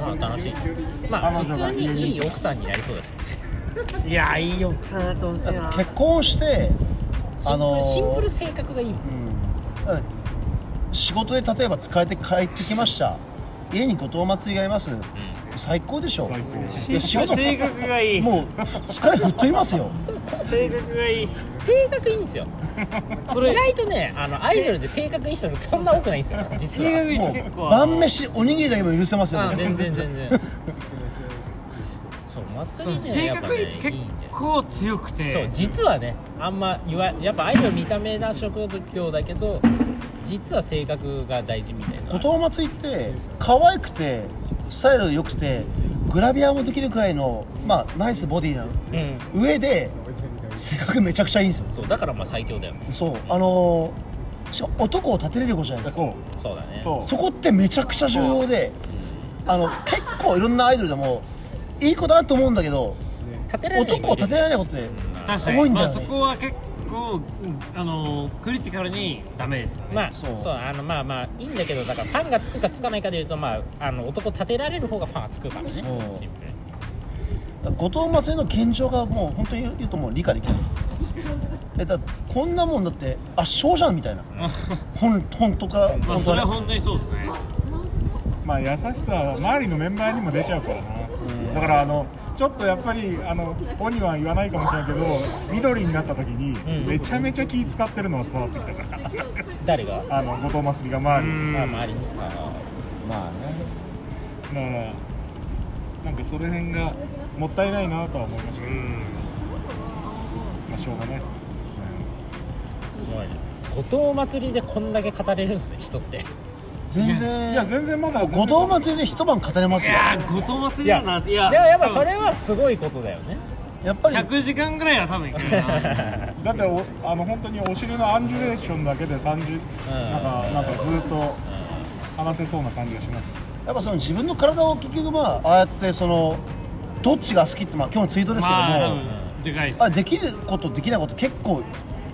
Speaker 4: まあ楽しいまあ
Speaker 6: 彼
Speaker 4: 普
Speaker 6: 女が
Speaker 4: 通にいい奥さんになりそうだし
Speaker 3: いやいい奥さんだと思うな
Speaker 2: 結婚してあのー
Speaker 4: シンプル性格がいいもん
Speaker 2: だから仕事で例えば疲れて帰ってきました家に後藤祭りがいます、最高でしょ
Speaker 6: 最高
Speaker 2: いや仕事
Speaker 3: 性格がいい
Speaker 2: もう疲れ吹っ飛
Speaker 4: [laughs]
Speaker 2: びますよ
Speaker 3: 性格がいい
Speaker 4: 性格いいんですよ意外とねあのアイドルで性格いい人ってそんな多くない [laughs] んですよ実
Speaker 3: 性
Speaker 4: は
Speaker 3: 格いい
Speaker 2: も
Speaker 3: 結
Speaker 2: う
Speaker 3: 構あの
Speaker 2: 晩飯おにぎりだけも許せますよ、
Speaker 4: あ
Speaker 2: 僕
Speaker 4: 全然全然 [laughs] そう祭りね
Speaker 3: 性
Speaker 4: やっぱ
Speaker 3: 格
Speaker 4: ね
Speaker 3: いいって
Speaker 4: い
Speaker 3: 結
Speaker 4: いんだよ
Speaker 3: 構強くて
Speaker 4: そう実はねあんま言わやっぱアイドル見た目な職業だけど実は性格が大事みたいな
Speaker 2: 後藤祭りって可愛くてスタイル良くてグラビアもできるくらいのまあナイスボディな
Speaker 4: うん
Speaker 2: 上で性格めちゃくちゃいいんですよ
Speaker 4: そうだからまあ最強だよね
Speaker 2: そうあのーしかも男を立てれる子じゃないですか
Speaker 6: そう
Speaker 4: そうだね
Speaker 6: そう
Speaker 2: そこってめちゃくちゃ重要で、あの結構いろんなアイドルでもいい子だなと思うんだけど、
Speaker 4: 立てられない
Speaker 2: 男を立てられないことで、
Speaker 3: 確かに
Speaker 2: 多いんだよね
Speaker 3: まあ、そこは結構うんあのクリティカルにダメですよね、
Speaker 4: まあそ
Speaker 2: そうう
Speaker 4: あのまあまあいいんだけどだからファンがつくかつかないかでいうとまああの男立てられる方がファンがつくからねシ
Speaker 2: そう
Speaker 4: ンプルに
Speaker 2: 後藤祭りの現状がもう本当に言うともう理解できない。えだこんなもんだって圧勝じゃんみたいな本本当から
Speaker 3: まあ、
Speaker 2: 本
Speaker 3: そ
Speaker 2: 当
Speaker 3: れ
Speaker 2: は
Speaker 3: は
Speaker 2: ね
Speaker 3: 本当にそうですね
Speaker 6: まあ優しさは周りのメンバーにも出ちゃうからな、だからあのちょっとやっぱりあの鬼は言わないかもしれないけど緑になった時にめちゃめちゃ気使ってるのは伝わってきたから
Speaker 4: 誰が
Speaker 6: あの後藤祭りが周りに
Speaker 4: まあ周りに
Speaker 2: まあね
Speaker 6: だからなんかそれ辺がもったいないなとは思いましたけどまあしょうがないですけど
Speaker 4: すごいね後藤祭りでこんだけ語れるんですね人っ
Speaker 2: [laughs]
Speaker 4: て
Speaker 2: 全
Speaker 6: いや
Speaker 2: 然
Speaker 6: 全然まだ全然
Speaker 2: 後藤祭りで一晩語れます
Speaker 3: い
Speaker 2: よ
Speaker 3: やー後藤祭りだないや
Speaker 4: でもやっぱそれはすごいことだよね
Speaker 2: やっぱり
Speaker 3: 100時間ぐらいは多分
Speaker 4: [laughs]
Speaker 3: いけるな
Speaker 6: だっておあの本当にお尻のアンジュレーションだけで30なんかなんかずっと話せそうな感じがします
Speaker 2: やっぱその自分の体を結局まあああやってそのどっちが好きってまあ今日のツイートですけども、
Speaker 3: まあ多分でかいです
Speaker 2: あできることできないこと結構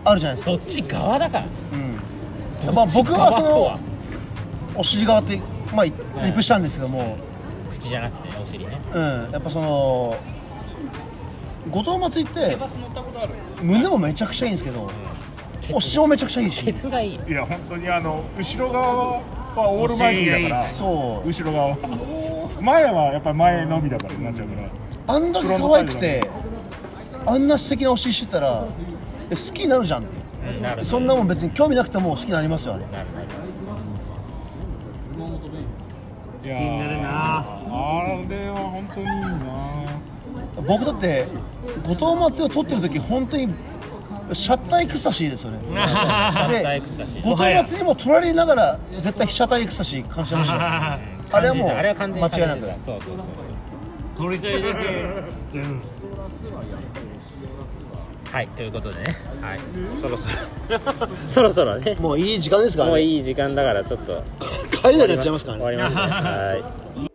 Speaker 2: あるじゃないですか
Speaker 4: どっち側だからね
Speaker 2: やっぱ僕はそ
Speaker 4: どっち側と
Speaker 2: のお尻側ってまあリプしたんですけども、
Speaker 4: 口じゃなくてねお尻ね
Speaker 2: うん、やっぱその後藤祭りって胸もめちゃくちゃいいんですけど、お尻もめちゃくちゃいい
Speaker 4: ケ
Speaker 2: し
Speaker 4: ツがいい
Speaker 6: いや本当にあの後ろ側はオールマイティーだから
Speaker 2: そう
Speaker 6: 後ろ側は前はやっぱり前のみだからになっちゃうから
Speaker 2: あんだけ可愛くてあんな素敵なお尻してたらえ好きになるじゃんって
Speaker 4: なる
Speaker 2: そんなもん別に興味なくても好きになりますよね
Speaker 4: なるなる
Speaker 6: いやーあれは本当にいいな
Speaker 2: 僕だって後藤祭りを撮ってる時本当にシャッターエクサシーです
Speaker 4: [laughs]
Speaker 2: よね
Speaker 4: 反対
Speaker 2: で
Speaker 4: 草し
Speaker 2: 後藤祭りも取られながら絶対被写体エクサシー感じてまし
Speaker 4: [laughs]
Speaker 2: たよあれはもう
Speaker 4: あれは完全に
Speaker 2: 間違いなく
Speaker 4: 感じてたそうそうそうそう
Speaker 3: 取りたいだけ
Speaker 4: はいということでね、はい、そろそろそろそろね
Speaker 2: もういい時間ですから
Speaker 4: もう
Speaker 2: ね
Speaker 4: いい時間だからちょっと
Speaker 2: 帰れなくなっちゃいますから
Speaker 4: 終
Speaker 2: ね
Speaker 4: わりますねはい
Speaker 3: い